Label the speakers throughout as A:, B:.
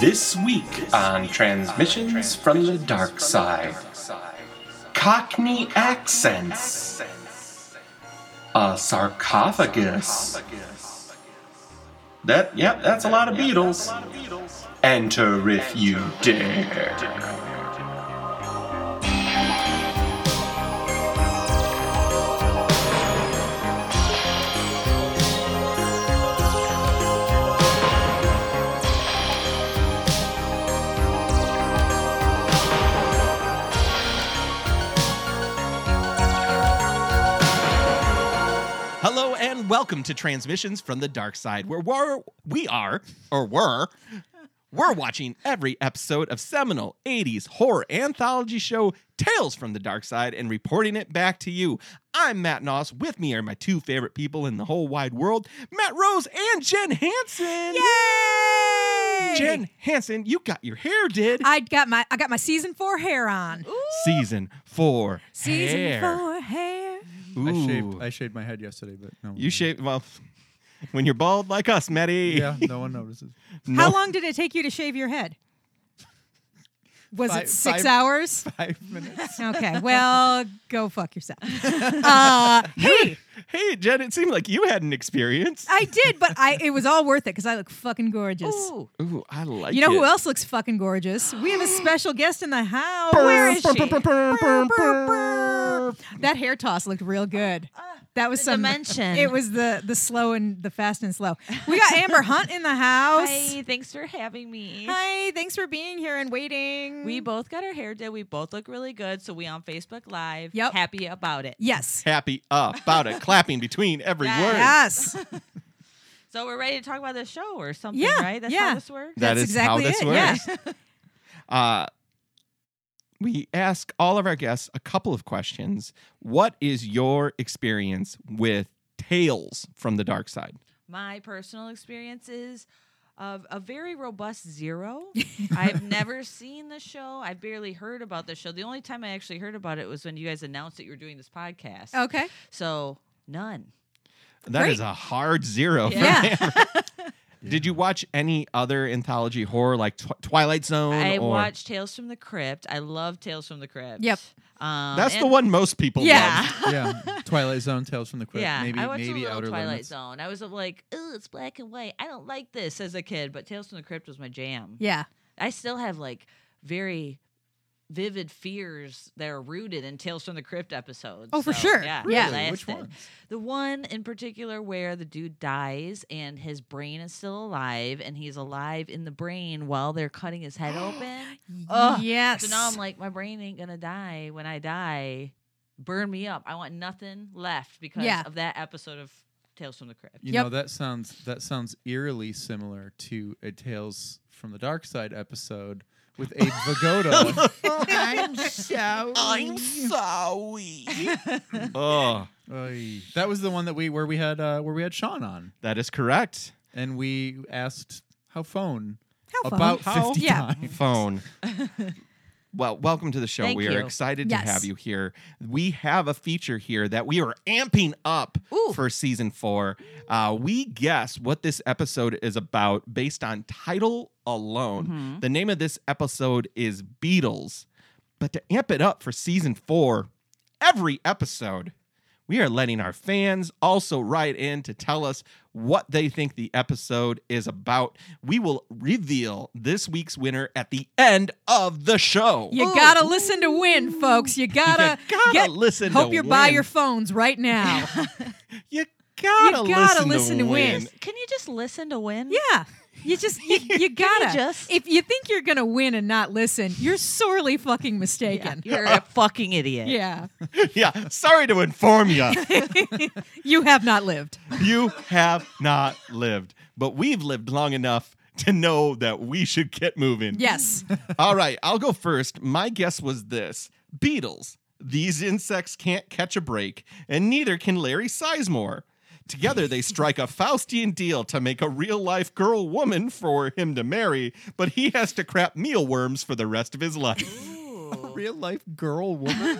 A: This week on Transmissions from the Dark Side Cockney Accents, a sarcophagus. That, yep, that's a lot of Beatles. Enter if you dare.
B: Hello and welcome to Transmissions from the Dark Side, where we're, we are, or were, we're watching every episode of seminal 80s horror anthology show Tales from the Dark Side and reporting it back to you. I'm Matt Noss. With me are my two favorite people in the whole wide world, Matt Rose and Jen Hansen.
C: Yay! Oh.
B: Jen Hansen, you got your hair did.
C: I got my I got my season four hair on.
B: Season four.
C: season
B: hair.
C: four hair.
D: I shaved,
B: Ooh.
D: I shaved my head yesterday, but no. one
B: you shave well when you're bald like us, Matty.
D: noticed. Yeah, no one notices.
B: No.
C: How long did it take you to shave your head? Was
D: Five-
C: it six
D: five-
C: hours?
D: Five minutes.
C: Okay, well, go fuck yourself. Uh, hey,
B: Hey, Jen, it seemed like you had an experience.
C: I did, but I it was all worth it because I look fucking gorgeous.
B: Ooh, I like
C: You know
B: it.
C: who else looks fucking gorgeous? We have a special guest in the house.
B: Where is she?
C: That hair toss looked real good. That was
E: Uh, the
C: some
E: dimension.
C: It was the the slow and the fast and slow. We got Amber Hunt in the house.
E: Hi, thanks for having me.
C: Hi, thanks for being here and waiting.
E: We both got our hair did. We both look really good. So we on Facebook Live.
C: Yep.
E: Happy about it.
C: yes,
B: Happy uh, about it, clapping between every
E: Yes.
B: word.
C: yes.
E: So we're ready to talk about the show or something,
C: Yeah,
E: right? That's
C: yeah.
E: how this works.
B: That
C: That's
B: is how
C: exactly
B: this
C: it, yeah.
B: works. Uh, we ask all of our guests a couple of questions. What is your experience with tales from the dark side?
E: My personal experience is of a very robust zero. I've never seen the show. I've barely heard about the show. The only time I actually heard about it was when you guys announced that you were doing this podcast.
C: Okay.
E: So none.
B: That is
C: Great.
B: a hard zero. for
C: Yeah.
B: me. Did you watch any other anthology horror like Tw- Twilight Zone?
E: I
B: or...
E: watched Tales from the Crypt. I love Tales from the Crypt.
C: Yep.
E: Um,
B: That's the
E: and-
B: one most people
C: Yeah.
B: love.
D: yeah, Twilight Zone, Tales from the Crypt.
E: Yeah,
D: maybe
E: I watched
D: maybe
E: a little
D: Outer
E: Twilight
D: Limits.
E: Zone. I was uh, like, "Ooh, it's black and white. I don't like this" as a kid, but Tales from the Crypt was my jam.
C: Yeah.
E: I still have like very vivid fears that are rooted in Tales from the Crypt episodes.
C: Oh, for
E: So,
C: sure.
E: Yeah,
C: Really?
E: it
D: Which
E: lasted.
D: ones?
E: The one in particular where the dude dies and his brain is still alive, and he's alive in the brain while they're cutting his head open. Ugh.
C: Yes.
E: So now I'm like, my brain ain't gonna die when I die. Burn me up. I want nothing left because
C: Yeah.
E: of that episode of Tales from the Crypt.
D: You
C: Yep.
D: know that sounds that sounds eerily similar to a Tales from the Dark Side episode with Abe Vigoda.
B: I'm sorry. I'm sorry. oh,
D: Oy. That was the one that we where we had uh, where we had Sean on,
B: that is correct.
D: and we asked how phone
C: How fun.
D: about
B: How?
D: fifty
C: Yeah.
D: times.
B: Phone. well, welcome to the show.
E: Thank
B: we are
E: you.
B: excited
C: Yes.
B: to have you here. We have a feature here that we are amping up
C: Ooh.
B: for season four. Uh, we guess what this episode is about based on title alone. The name of this episode is Beatles. But to amp it up for season four, every episode, we are letting our fans also write in to tell us what they think the episode is about. We will reveal this week's winner at the end of the show. Oh,
C: you gotta listen to win, folks. You gotta,
B: You gotta
C: get-
B: listen
C: Hope
B: to
C: you're by
B: win.
C: your phones right now.
B: You gotta,
C: You gotta
B: listen,
C: listen
B: to,
C: to
B: win.
C: win.
E: Can you just listen to win?
C: yeah. You just you, you gotta
E: just-
C: if you think you're gonna win and not listen, you're sorely fucking mistaken.
E: You're a fucking idiot.
C: yeah.
B: Yeah, sorry to inform you.
C: You have not lived.
B: you have not lived, but we've lived long enough to know that we should get moving.
C: Yes.
B: All right, I'll go first. My guess was this Beatles. These insects can't catch a break, and neither can Larry Sizemore. Together, they strike a Faustian deal to make a real life girl woman for him to marry, but he has to crap mealworms for the rest of his life.
D: Real life girl woman.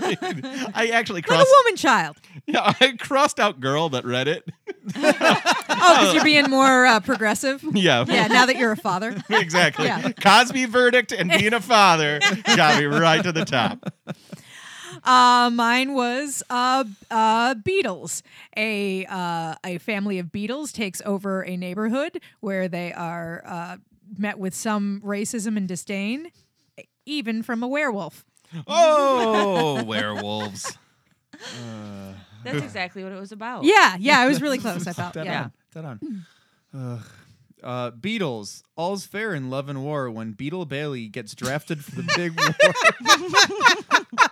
B: I actually
C: Not a
B: crossed,
C: woman child.
B: yeah, I crossed out girl that read it.
C: Oh, because you're being more uh, progressive.
B: Yeah.
C: Yeah, now that you're a father.
B: exactly.
C: Yeah.
B: Cosby verdict and being a father got me right to the top.
C: Uh, mine was uh, uh, Beatles. A uh, a family of beetles takes over a neighborhood where they are uh, met with some racism and disdain, even from a werewolf.
B: Oh, werewolves.
E: That's exactly what it was
D: Oh.
E: about.
C: Yeah, yeah, I was really close. I felt.
D: Dead
C: Yeah.
D: on. Dead on. Ugh. Uh, Beatles. All's fair in love and war when Beetle Bailey gets drafted for the big war.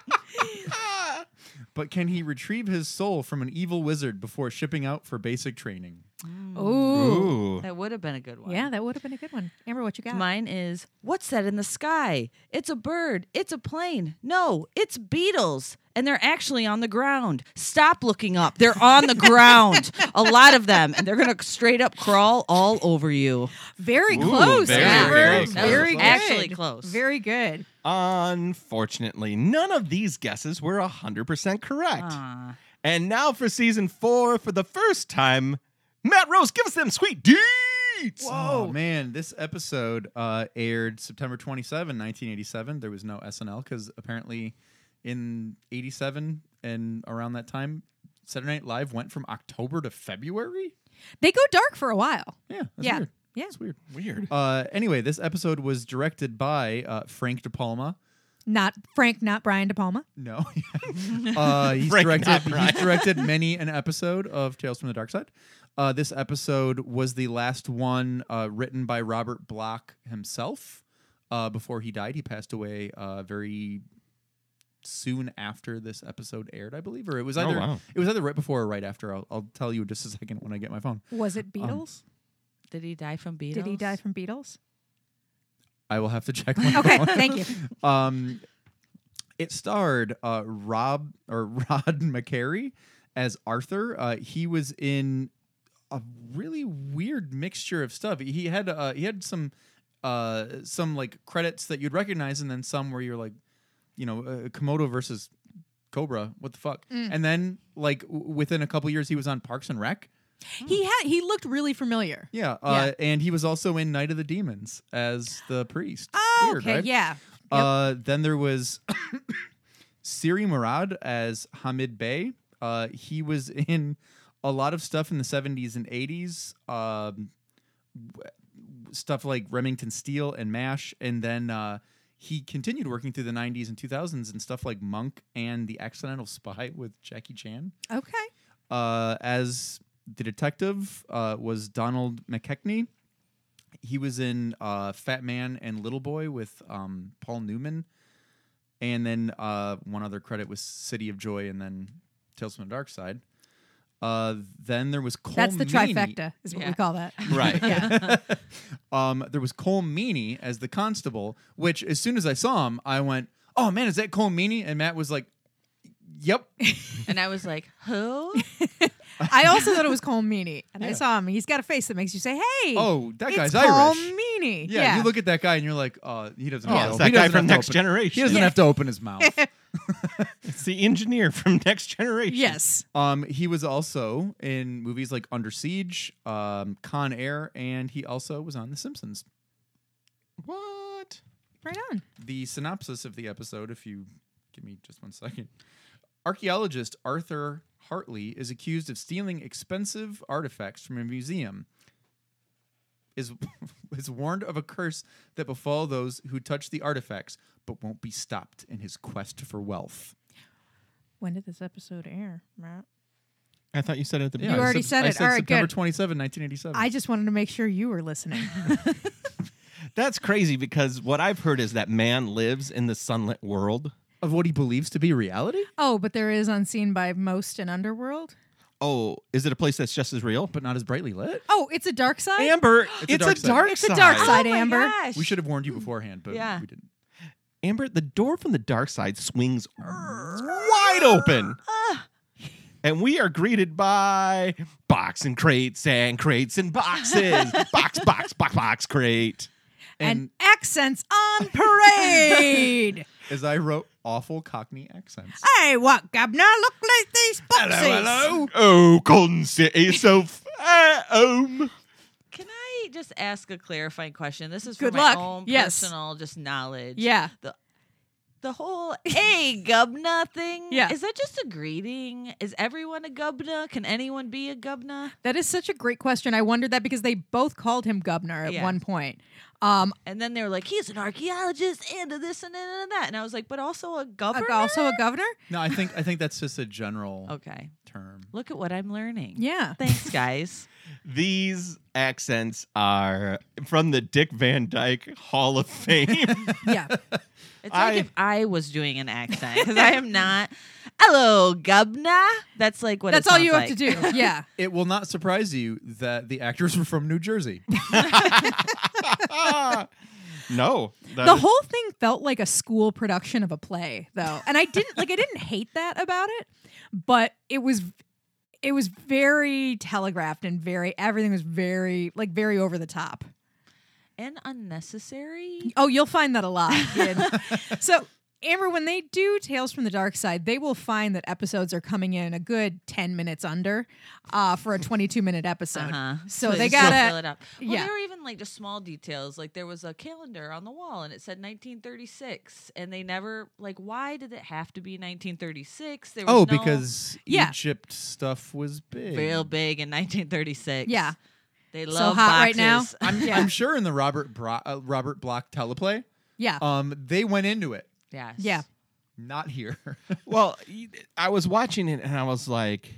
D: but can he retrieve his soul from an evil wizard before shipping out for basic training? Mm.
C: Ooh.
B: Ooh.
E: That would have been a good one.
C: Yeah, that would have been a good one. Amber, what you got?
E: Mine is what's that in the sky? It's a bird. It's a plane. No, it's beetles. And they're actually on the ground. Stop looking up. They're on the ground. A lot of them. And they're going to straight up crawl all over you.
C: Very
B: Ooh,
C: close,
B: very,
C: Amber.
B: very
C: Very,
B: close.
C: good.
E: Actually close.
C: Very good.
B: Unfortunately, none of these guesses were 100% correct.
C: Ah.
E: Aw.
B: And now for season four, for the first time, Matt Rose, give us them sweet deets.
D: Oh man, this episode uh, aired September 27, 1987. There was no SNL because apparently in 87 and around that time, Saturday Night Live went from October to February.
C: They go dark for a while.
D: Yeah, that's
C: Yeah.
D: weird.
C: Yeah.
D: That's weird.
B: Weird.
D: Uh, anyway, this episode was directed by uh, Frank De Palma.
C: Not Frank, not Brian De Palma.
D: No, uh, he's
B: Frank,
D: directed.
B: not
D: He's
B: Brian.
D: directed many an episode of Tales from the Dark Side. Uh, this episode was the last one uh, written by Robert Block himself. Uh, before he died, he passed away uh, very soon after this episode aired, I believe, or it was
B: Oh,
D: either
B: wow.
D: it was either right before or right after. I'll, I'll tell you in just a second when I get my phone.
C: Was
D: Um,
C: it Beatles?
E: Did he die from beetles?
C: Did he die from Beatles?
D: I will have to check. My
C: Okay,
D: phone.
C: thank you.
D: Um, it starred uh, Rob or Rod McCary as Arthur. Uh, he was in a really weird mixture of stuff. He had uh, he had some uh, some like credits that you'd recognize, and then some where you're like, you know, uh, Komodo versus Cobra. What the fuck?
C: Mm.
D: And then like w- within a couple years, he was on Parks and Rec.
C: He had he looked really familiar.
D: Yeah, uh, and he was also in Night of the Demons as the priest.
C: Oh,
D: Weird,
C: okay,
D: right?
C: yeah.
D: Uh, then there was Siri Murad as Hamid Bey. Uh, he was in a lot of stuff in the 70s and 80s, um, w- stuff like Remington Steel and MASH. And then uh, he continued working through the 90s and 2000s and stuff like Monk and The Accidental Spy with Jackie Chan.
C: Okay.
D: Uh, as the detective uh, was Donald McKechnie. He was in uh, Fat Man and Little Boy with um, Paul Newman, and then uh, one other credit was City of Joy, and then Tales from the Dark Side. Uh, then there was Cole.
C: That's the
D: Meany-
C: trifecta, is what
E: Yeah.
C: we call that.
B: Right.
C: Yeah.
D: Um, there was Cole Meany as the constable, which as soon as I saw him, I went, "Oh man, is that Cole Meany?" And Matt was like, "Yep."
E: And I was like, who?
C: I also thought it was Cole Meany, and I saw him. He's got a face that makes you say, "Hey,
D: Oh, that
C: it's
D: guy's
C: Cole
D: Irish.
C: Meany."
D: Yeah, you look at that guy and you're like, "Oh, he doesn't."
B: Oh,
D: have
B: it's
D: to-
B: that
D: he
B: guy
D: doesn't
B: from
D: have to
B: Next
D: open-
B: Generation.
D: He doesn't have to open his mouth.
B: It's the engineer from Next Generation.
C: yes.
D: um, he was also in movies like Under Siege, um, Con Air, and he also was on The Simpsons.
B: What?
C: Right on.
D: The synopsis of the episode, if you give me just one second. Archaeologist Arthur Hartley is accused of stealing expensive artifacts from a museum. Is is warned of a curse that befall those who touch the artifacts, but won't be stopped in his quest for wealth.
C: When did this episode air? Matt?
B: I thought you said it at the
D: Yeah,
C: You
D: I
B: beginning.
C: already said
D: I
C: it.
D: said
C: All right,
D: September
C: good.
D: 27, 1987.
C: I just wanted to make sure you were listening.
B: That's crazy because what I've heard is that man lives in the sunlit world.
D: of what he believes to be reality,
C: oh, but there is unseen by most in Underworld.
B: Oh, is it a place that's just as real?
D: but not as brightly lit.
C: Oh, it's a dark side.
B: Amber,
D: a
B: it's,
D: dark
B: a
D: side.
B: dark
C: It's
B: side.
C: a dark side.
E: oh my
C: Amber.
E: Gosh.
D: We should have warned you beforehand, but
E: Yeah.
D: we didn't.
B: Amber, the door from the dark side swings wide open. And we are greeted by box and crates and crates and boxes. box, box, box, box, crate.
C: and
D: And,
C: accents on parade.
D: as I wrote, awful Cockney accents.
C: hey, what, Gabner? Look like these boxes.
B: hello. Oh, consider yourself Ah, um.
E: Can I just ask a clarifying question? This is for
C: Good
E: my
C: luck.
E: own
C: Yes.
E: personal just knowledge.
C: Yeah.
E: The whole hey gubna thing.
C: Yeah.
E: Is that just a greeting? Is everyone a gubna? Can anyone be a gubna?
C: That is such a great question. I wondered that because they both called him Governor at
E: Yeah.
C: one point. Um,
E: And then they were like, he's an archaeologist and a this and that and that. And I was like, but also a governor.
C: also a governor?
D: No, I think I think that's just a general
E: okay.
D: term.
E: Look at what I'm learning.
C: Yeah.
E: Thanks, guys.
B: These accents are from the Dick Van Dyke Hall of Fame.
C: Yeah.
E: It's
B: I-
E: like if I was doing an accent because I am not. Hello, Gubna. That's like what. it
C: That's all you
E: sounds
C: have to
E: like.
C: do. Yeah.
D: It will not surprise you that the actors were from New Jersey.
B: Ah. no. that
C: the
B: is-
C: whole thing felt like a school production of a play though and i didn't like i didn't hate that about it but it was it was very telegraphed and very everything was very like very over the top
E: And unnecessary.
C: oh you'll find that a lot kid. so amber when they do tales from the dark side they will find that episodes are coming in a good 10 minutes under uh, for a 22 minute episode
E: Uh-huh.
C: so, they
E: just
C: gotta
E: fill it up. Well,
C: yeah.
E: there were even like just small details. Like there was a calendar on the wall and it said 1936, and they never like why did it have to be 1936? There was
D: Oh,
E: no-
D: because
C: Yeah.
D: Egypt stuff was big.
E: real big in 1936.
C: Yeah.
E: they
C: So
E: love
C: hot right now.
E: boxes.
D: I'm,
C: Yeah.
D: I'm sure in the Robert Bro- uh, Robert Block teleplay,
C: yeah
D: um, they went into it.
E: yes.
C: yeah
D: Not here.
B: Well, y- I was watching it and I was like,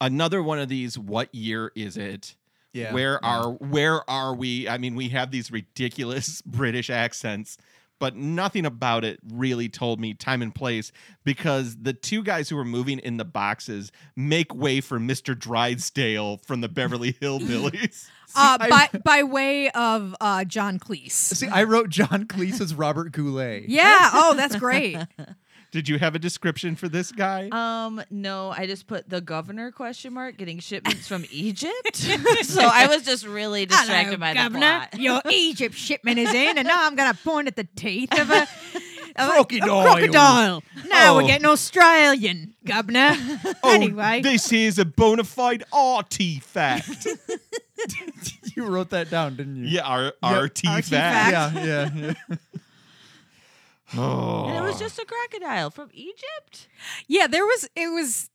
B: another one of these. What year is it?
D: yeah.
B: Where are where are we? I mean, we have these ridiculous British accents, but nothing about it really told me time and place because the two guys who were moving in the boxes make way for Mr. Drysdale from the Beverly Hillbillies.
C: uh,
D: I-
C: by, by way of uh, john cleese
D: See, I wrote John Cleese as Robert Goulet.
C: yeah oh that's great
B: Did you have a description for this guy?
E: Um, no, I just put the governor question mark getting shipments from Egypt. so I was just really distracted by the
C: governor.
E: plot.
C: Your Egypt shipment is in, and now I'm going to point at the teeth of a, of a-
D: Crocodile.
C: a crocodile. Now
B: Oh.
C: we're getting Australian, governor. anyway,
B: this is a bona fide artifact.
D: You wrote that down, didn't you?
B: yeah, ar- artifact.
C: artifact.
D: Yeah, yeah, yeah.
B: Oh.
E: And it was just a crocodile from Egypt.
C: yeah, there was it was.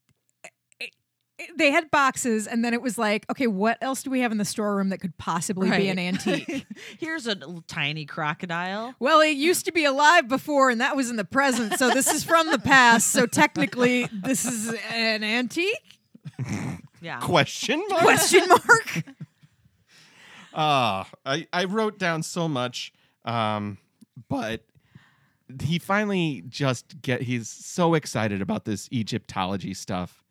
C: it- it- They had boxes, and then it was like, okay, what else do we have in the storeroom that could possibly be an antique?
E: Here's a little tiny crocodile.
C: well, it used to be alive before, and that was in the present, so this is from the past. So technically, this is an antique?
E: Yeah.
B: question mark.
C: Question mark.
B: Ah, I, I wrote down so much, um, but he finally just get. He's so excited about this Egyptology stuff,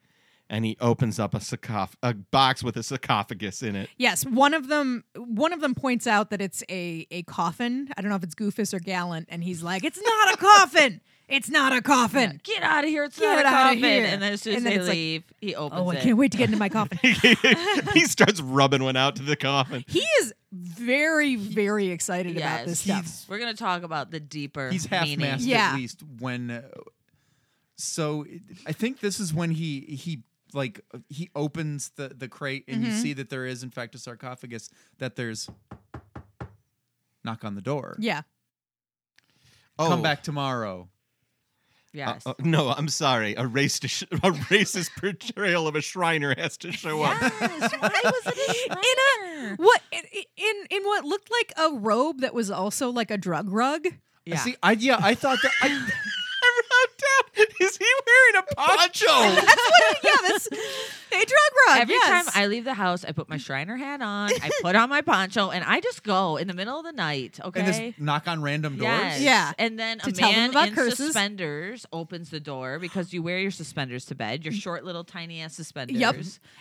B: and he opens up a sarcoph- a box with a sarcophagus in it.
C: Yes, one of them one of them points out that it's a a coffin. I don't know if it's Goofus or Gallant, and he's like, "It's not a coffin. It's not a coffin."
E: Get out of here. It's
C: Get
E: not a
C: outta
E: coffin.
C: here.
E: And then as soon as
C: And then
E: they
C: it's like,
E: leave, he opens
C: Oh, I
E: it.
C: can't wait to get into my coffin.
B: he starts rubbing one out to the coffin.
C: he is very very excited about
E: Yes.
C: this stuff.
D: He's-
E: We're going to talk about the deeper
D: He's half
E: meaning.
D: masked
C: Yeah.
D: at least when. Uh, so it- I think this is when he he like uh, he opens the the crate and
E: Mm-hmm.
D: you see that there is in fact a sarcophagus that there's knock on the door.
C: Yeah.
B: Oh.
D: Come back tomorrow.
E: Yes.
B: Uh, uh, no, I'm sorry. A, racist, sh- a racist portrayal of a Shriner has to show up.
E: yes. Why was it a shriner?
C: What in, in in what looked like a robe that was also like a drug rug?
E: Yeah.
D: See, I yeah, I thought that I,
B: I wrote down, is he wearing a poncho?
C: That's what yeah, that's a drug rug.
E: Every
C: yes.
E: time I leave the house, I put my Shriner hat on, I put on my poncho, and I just go in the middle of the night. Okay.
D: and this knock on random doors.
E: Yes.
C: Yeah.
E: And then
C: To
E: a
C: tell them
E: man
C: about
E: in
C: curses.
E: suspenders opens the door because you wear your suspenders to bed,
C: Mm.
E: your short little tiny ass suspenders.
C: Yep.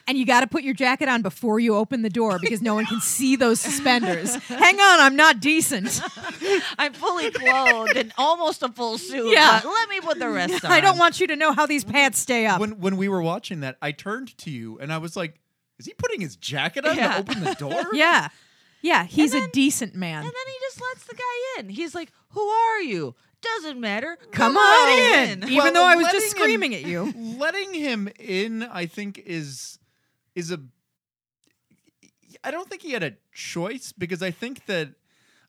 C: And you got to put your jacket on before you open the door because no one can see those suspenders. Hang on, I'm not decent.
E: I'm fully clothed in almost a full suit.
C: Yeah.
E: But let me put the rest on.
C: I don't want you to know how these pants stay up.
D: When when we were watching that, I turned to you and I was like, "Is he putting his jacket on
E: Yeah.
D: to open the door?"
C: yeah. Yeah, he's a
E: then-
C: decent man.
E: And then he just lets the guy in. He's like, Who are you? Doesn't matter.
C: Come on in. Even
D: Well,
C: though I was just
D: letting him-
C: screaming at you.
D: Letting him in, I think, is is a I don't think he had a choice because I think that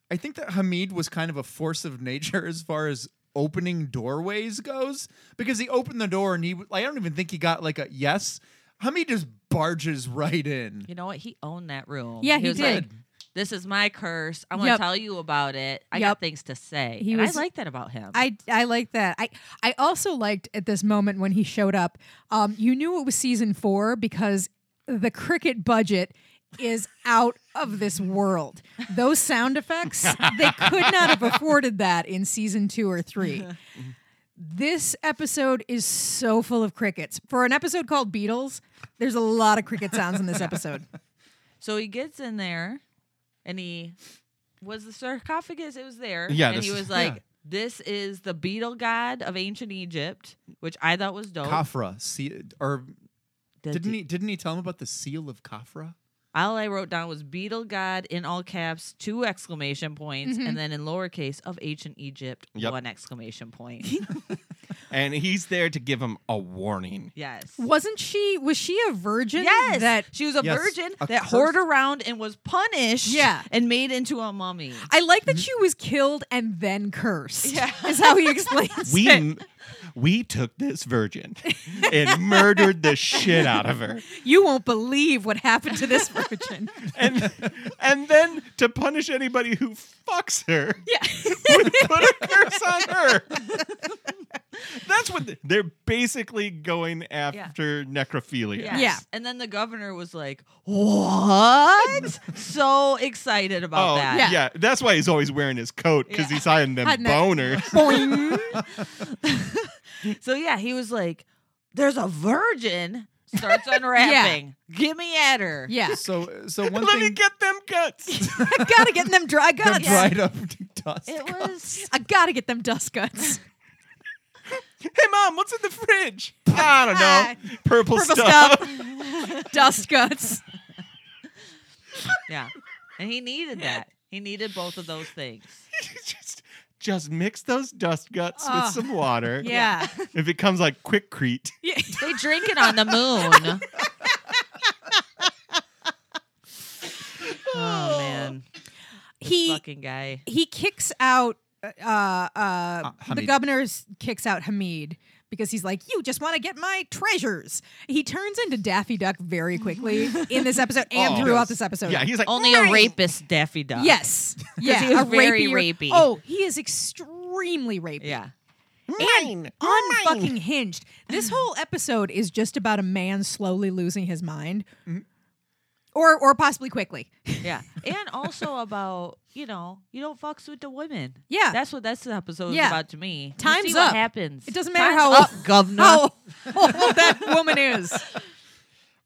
D: I think that Hamid was kind of a force of nature as far as opening doorways goes because he opened the door and he I don't even think he got like a yes. Hamid just barges right in.
E: You know what? He owned that room.
C: Yeah, he
E: was like,
C: did.
E: this is my curse. I'm gonna
C: Yep.
E: tell you about it. I
C: Yep.
E: got things to say.
C: He
E: and
C: was-
E: I like that about him.
C: I, I like that. I, I also liked at this moment when he showed up. Um, you knew it was season four because the cricket budget is out of this world. Those sound effects, they could not have afforded that in season two or three. This episode is so full of crickets. For an episode called Beatles, there's a lot of cricket sounds in this episode.
E: so he gets in there, and he was the sarcophagus. It was there.
B: Yeah,
E: and
B: this
E: he
B: is-
E: was like.
D: yeah.
E: This is the beetle god of ancient Egypt, which I thought was dope.
D: Kafra, see, or
E: Did
D: didn't he? Didn't he tell him about the seal of Kafra?
E: All I wrote down was Beetle God in all caps, two exclamation points,
C: Mm-hmm.
E: and then in lowercase of ancient Egypt,
B: Yep.
E: one exclamation point.
B: and he's there to give him a warning.
E: yes.
C: Wasn't she? Was she a virgin?
E: Yes.
C: That
E: she was a
D: Yes,
E: virgin
D: a
E: that
D: cursed-
E: whored around and was punished
C: Yeah.
E: and made into a mummy.
C: I like that she was killed and then cursed. Yeah. Is how he explains
B: We
C: it.
B: m- we took this virgin and murdered the shit out of her.
C: You won't believe what happened to this virgin.
B: And and then to punish anybody who fucks her.
C: yeah.
B: would put a curse on her. That's what th- they're basically going after necrophilia.
E: Yes.
C: Yeah.
E: And then the governor was like, What? so excited about
B: Oh
E: that.
B: yeah. that's why he's always wearing his coat because
E: Yeah.
B: he's hiding them
C: Hiding that-
B: boners.
C: Boing.
E: So yeah, he was like, There's a virgin. Starts unwrapping. Give me at her.
C: Yeah.
D: So, so one
B: Let me
D: thing
B: get them guts.
C: I gotta get them dry
D: them
C: guts.
D: dried up dust.
E: It was
C: I gotta get them dust guts.
B: hey mom, what's in the fridge? I don't know. Purple,
C: Purple
B: stuff.
C: dust guts.
E: Yeah. And he needed that. He needed both of those things.
B: just, just mix those dust guts
C: Oh.
B: with some water.
C: Yeah.
B: It becomes like quickcrete.
C: Yeah.
E: They drink it on the moon. oh man. This
C: He
E: fucking guy.
C: he kicks out uh uh the
D: Hamid.
C: governor kicks out Hamid because he's like you just want to get my treasures. He turns into Daffy Duck very quickly in this episode and
B: Oh.
C: throughout
D: Yes.
C: this episode.
B: Yeah, he's like
E: Only a
B: "Mine."
E: rapist Daffy Duck.
C: Yes. Yeah.
E: he was
C: a
E: very
C: rapier-
E: rapey.
C: Oh, he is extremely rapey.
E: Yeah.
B: Mine.
C: Unfucking hinged. This whole episode is just about a man slowly losing his mind. Or or possibly quickly.
E: Yeah. And also about, you know, you don't fucks with the women.
C: Yeah.
E: That's what that's the episode was
C: Yeah.
E: about to me. You
C: Time's
E: see what
C: up.
E: happens.
C: It doesn't matter
E: Time's
C: how
E: up, governor.
C: How old that woman is.
E: But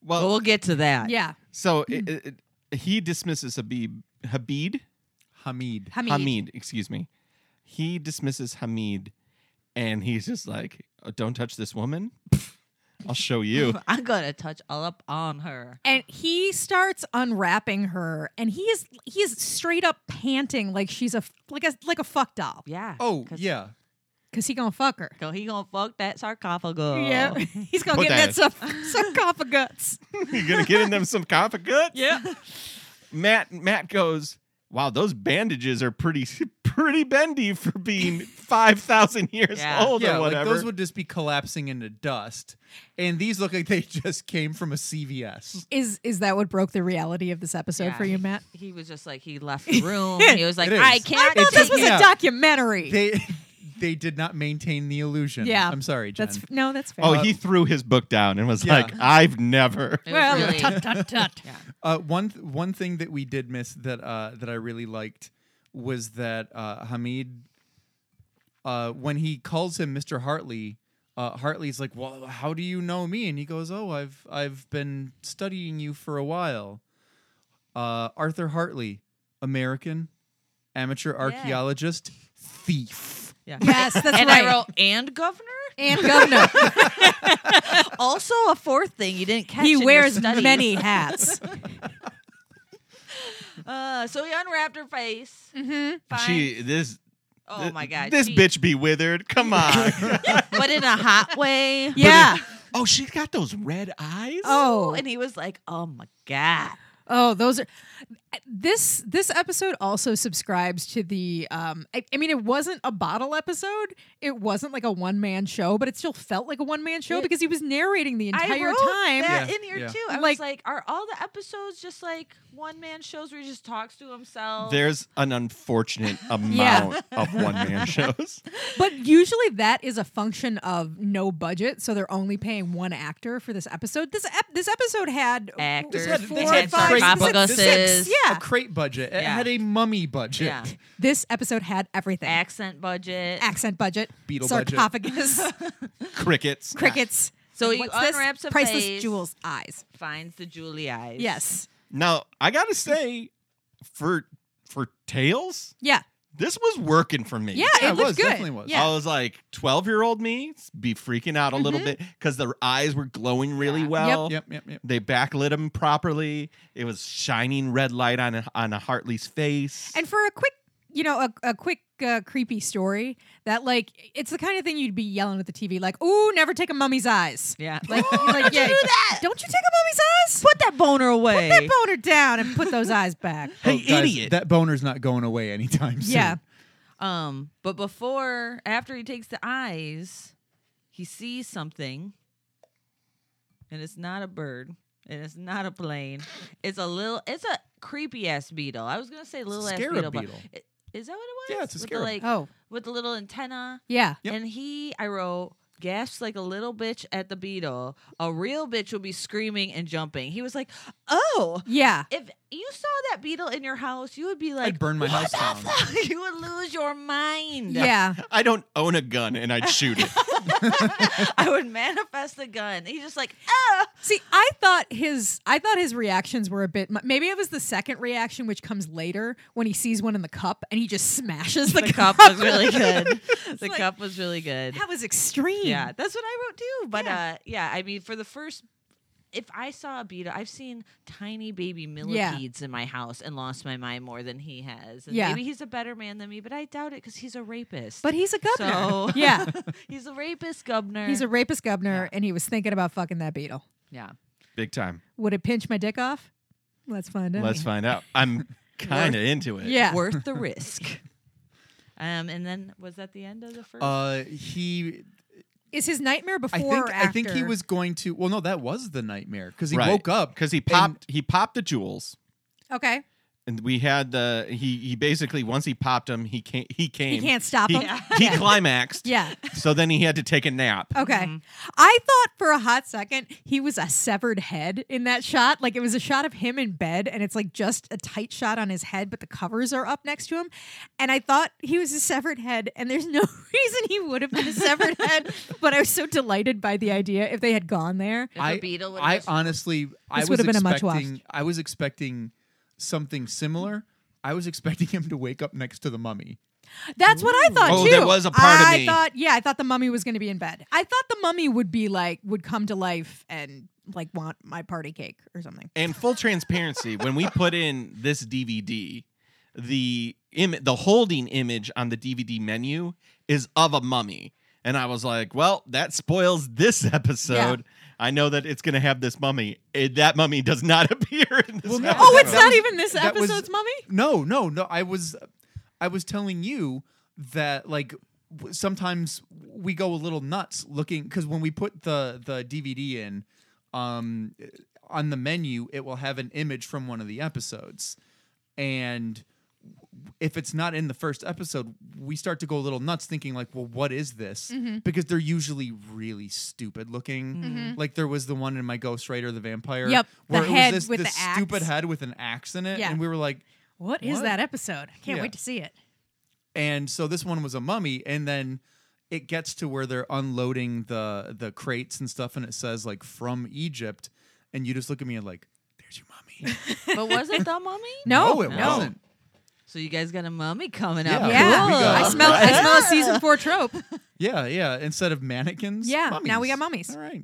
B: Well,
E: we'll get to that.
C: Yeah.
B: so it, it, it- he dismisses Habib. Habib.
D: Hamid.
C: Hamid.
B: Hamid, excuse me. He dismisses Hamid and he's just like, "Oh, don't touch this woman. Pff, I'll show you.
E: I'm gonna touch all up on her.
C: And he starts unwrapping her and he is he is straight up panting like she's a like a like a fuck doll.
E: Yeah.
D: Oh
E: 'Cause-
D: yeah.
C: Cause he gonna fuck her.
E: So he gonna fuck that sarcophagus.
C: Yeah. He's gonna
B: Put
C: get in that
B: that-
C: sarc- sarcophagus.
B: You're going to get in them some sarcophagus? Yeah. Matt Matt goes, "Wow, those bandages are pretty pretty bendy for being 5,000 years
E: Yeah.
B: old
D: yeah,
B: or
D: like
B: whatever."
D: those would just be collapsing into dust, and these look like they just came from a CVS.
C: Is is that what broke the reality of this episode
E: Yeah.
C: for you, Matt?
E: He was just like he left the room. he was like,
D: It is.
E: I can't.
C: I thought
D: It's-
C: this was
D: yeah.
C: a documentary.
D: They they did not maintain the illusion.
C: Yeah.
D: I'm sorry, Jen.
C: that's no, that's fair.
B: oh, he threw his book down and was
D: Yeah.
B: like, "I've never."
E: It was
C: well,
E: really-
C: tut tut tut.
E: Yeah.
D: Uh, one th- one thing that we did miss that uh, that I really liked was that uh, Hamid, uh, when he calls him Mr. Hartley, uh, Hartley's like, "Well, how do you know me?" And he goes, "Oh, I've I've been studying you for a while." Uh, Arthur Hartley, American, amateur archaeologist, thief.
E: Yeah.
C: Yes, that's
E: and
C: right.
E: I wrote, and governor.
C: and governor.
E: Also, a fourth thing you didn't catch.
C: he
E: in your
C: wears
E: studies.
C: many hats.
E: Uh, so he unwrapped her face.
C: hmm
E: Fine.
B: She this
E: oh
B: th-
E: my god.
B: This
E: she-
B: bitch be withered. Come on.
E: But in a hot way.
C: Yeah.
B: oh, she's got those red eyes.
C: Oh,
E: And he was like, oh my god.
C: Oh, those are this this episode also subscribes to the um I, I mean it wasn't a bottle episode. It wasn't like a one man show, but it still felt like a one man show
E: It-
C: because he was narrating the
E: I
C: entire
E: wrote
C: time.
E: that
D: Yeah,
E: in here
D: yeah.
E: too. I
C: Like-
E: was like, are all the episodes just like one man shows where he just talks to himself?
B: There's an unfortunate amount
C: Yeah.
B: of one man shows.
C: But usually that is a function of no budget, so they're only paying one actor for this episode. This ep- this episode had
E: Actors,
C: had
E: they
C: four,
E: had
C: five, six-
E: sarcophaguses.
C: six,
D: a
C: yeah.
D: crate budget. It
E: Yeah.
D: had a mummy budget.
E: yeah.
C: This episode had everything.
E: accent budget.
C: Accent budget,
D: Beetle budget.
C: sarcophagus,
B: Crickets.
C: crickets.
E: So he
C: What's this?
E: unwraps a
C: priceless
E: vase.
C: jewels, eyes.
E: finds the Julie eyes.
C: Yes,
B: Now I gotta say, for for Tails,
C: yeah,
B: this was working for me.
C: yeah.
D: Yeah,
C: it
D: it
C: looked
D: was,
C: good.
D: definitely was.
C: Yeah.
B: I was like, 12 year old me be freaking out a little bit because their eyes were glowing really
E: Yeah.
B: well.
D: Yep, yep, yep.
B: They backlit him properly. It was shining red light on a, on a Hartley's face.
C: And for a quick, you know, a, a quick uh, creepy story that like it's the kind of thing you'd be yelling at the TV like, "Ooh, never take a mummy's eyes."
E: Yeah.
C: Like, like yeah,
E: do that?
C: Don't you take a mummy's eyes?
E: Put that boner away.
C: Put that boner down and put those eyes back.
B: hey,
D: Oh, guys,
B: idiot.
D: That boner's not going away anytime soon.
C: Yeah.
E: um, but before, after he takes the eyes, he sees something, and it's not a bird, and it's not a plane. It's a little. It's a creepy ass beetle. I was gonna say little ass
D: scarab
E: beetle, but
D: beetle.
E: it- is that what it was?
D: Yeah, it's a
E: With the,
D: scarab.
E: like,
C: Oh,
E: with the little antenna.
C: yeah.
D: Yep.
E: And he, I wrote, gasps like a little bitch at the beetle. A real bitch will be screaming and jumping. He was like, oh.
C: Yeah.
E: If you saw that beetle in your house, you would be like,
D: I'd burn my
E: "What
D: house
E: the fuck?" You would lose your mind.
C: Yeah.
B: I don't own a gun and I'd shoot it.
E: I would manifest the gun. He's just like, ah.
C: See, I thought his I thought his reactions were a bit mu- maybe it was the second reaction which comes later when he sees one in the cup and he just smashes the,
E: The cup was really good. The cup was really good.
C: That was extreme.
E: Yeah, that's what I wrote too. But yeah. uh yeah, I mean for the first if I saw a beetle, I've seen tiny baby millipedes in my house and lost my mind more than he has. And
C: Yeah.
E: maybe he's a better man than me, but I doubt it because he's a rapist.
C: But he's a governor.
E: so
C: Yeah.
E: he's a rapist governor.
C: He's a rapist governor and he was thinking about fucking that beetle.
E: yeah.
B: Big time.
C: Would it pinch my dick off? Let's find out.
B: Let's find out. I'm kind of into it.
C: yeah.
E: worth the risk. Um, and then was that the end of the first?
D: Uh, he.
C: Is his nightmare before
D: I think.
C: or
D: I
C: after?
D: think he was going to. Well, no, that was the nightmare because he
B: Right.
D: woke up
B: because he
D: and-
B: popped. he popped the jewels,
C: Okay.
B: and we had the he. He basically once he popped him, he came. He came.
C: can't stop
B: he,
C: him.
B: He climaxed.
C: Yeah.
B: So then he had to take a nap.
C: Okay.
D: Mm-hmm.
C: I thought for a hot second he was a severed head in that shot. Like it was a shot of him in bed and it's like just a tight shot on his head, but the covers are up next to him. And I thought he was a severed head, and there's no reason he would have been a severed head. But I was so delighted by the idea if they had gone there.
E: If a beetle would
D: I uh,
E: just-
D: honestly, I
C: This
D: was
C: would've been a much
D: expecting.
C: watch.
D: I was expecting something similar. I was expecting him to wake up next to the mummy.
C: That's what I thought
B: Oh,
C: too.
B: there was a part of
C: I
B: me.
C: thought, yeah, I thought the mummy was going to be in bed. I thought the mummy would be like would come to life and like want my party cake or something.
B: And full transparency, when we put in this DVD, the Im- the holding image on the DVD menu is of a mummy. And I was like, well, that spoils this episode. I know that it's going to have this mummy. Eh, that mummy does not appear in this
D: Well, no.
B: episode.
C: Oh, it's
D: That
C: not
D: was-
C: even this
D: that was-
C: episode's mummy.
D: No, no, no. I was, I was telling you that like w- sometimes we go a little nuts looking because when we put the the DVD in, um, on the menu it will have an image from one of the episodes, and if it's not in the first episode, we start to go a little nuts thinking like, well, what is this?
C: Mm-hmm.
D: Because they're usually really stupid looking. Like there was the one in my Ghost Rider the Vampire.
C: Yep, the
D: Where it
C: head
D: was this,
C: with
D: this
C: the axe.
D: stupid head with an axe in it.
C: Yeah.
D: And we were like,
C: what is
D: What?
C: that episode? I can't
D: Yeah.
C: wait to see it.
D: and so this one was a mummy, and then it gets to where they're unloading the the crates and stuff, and it says like from Egypt, and you just look at me and like, there's your mummy.
E: but was it the mummy?
C: No,
D: it
C: no.
D: wasn't.
E: So you guys got a mummy coming
D: Yeah.
E: up.
C: Yeah,
D: we got-
C: I smell. I smell a season four trope.
D: Yeah, yeah. Instead of mannequins,
C: Yeah, now we got mummies.
D: All right.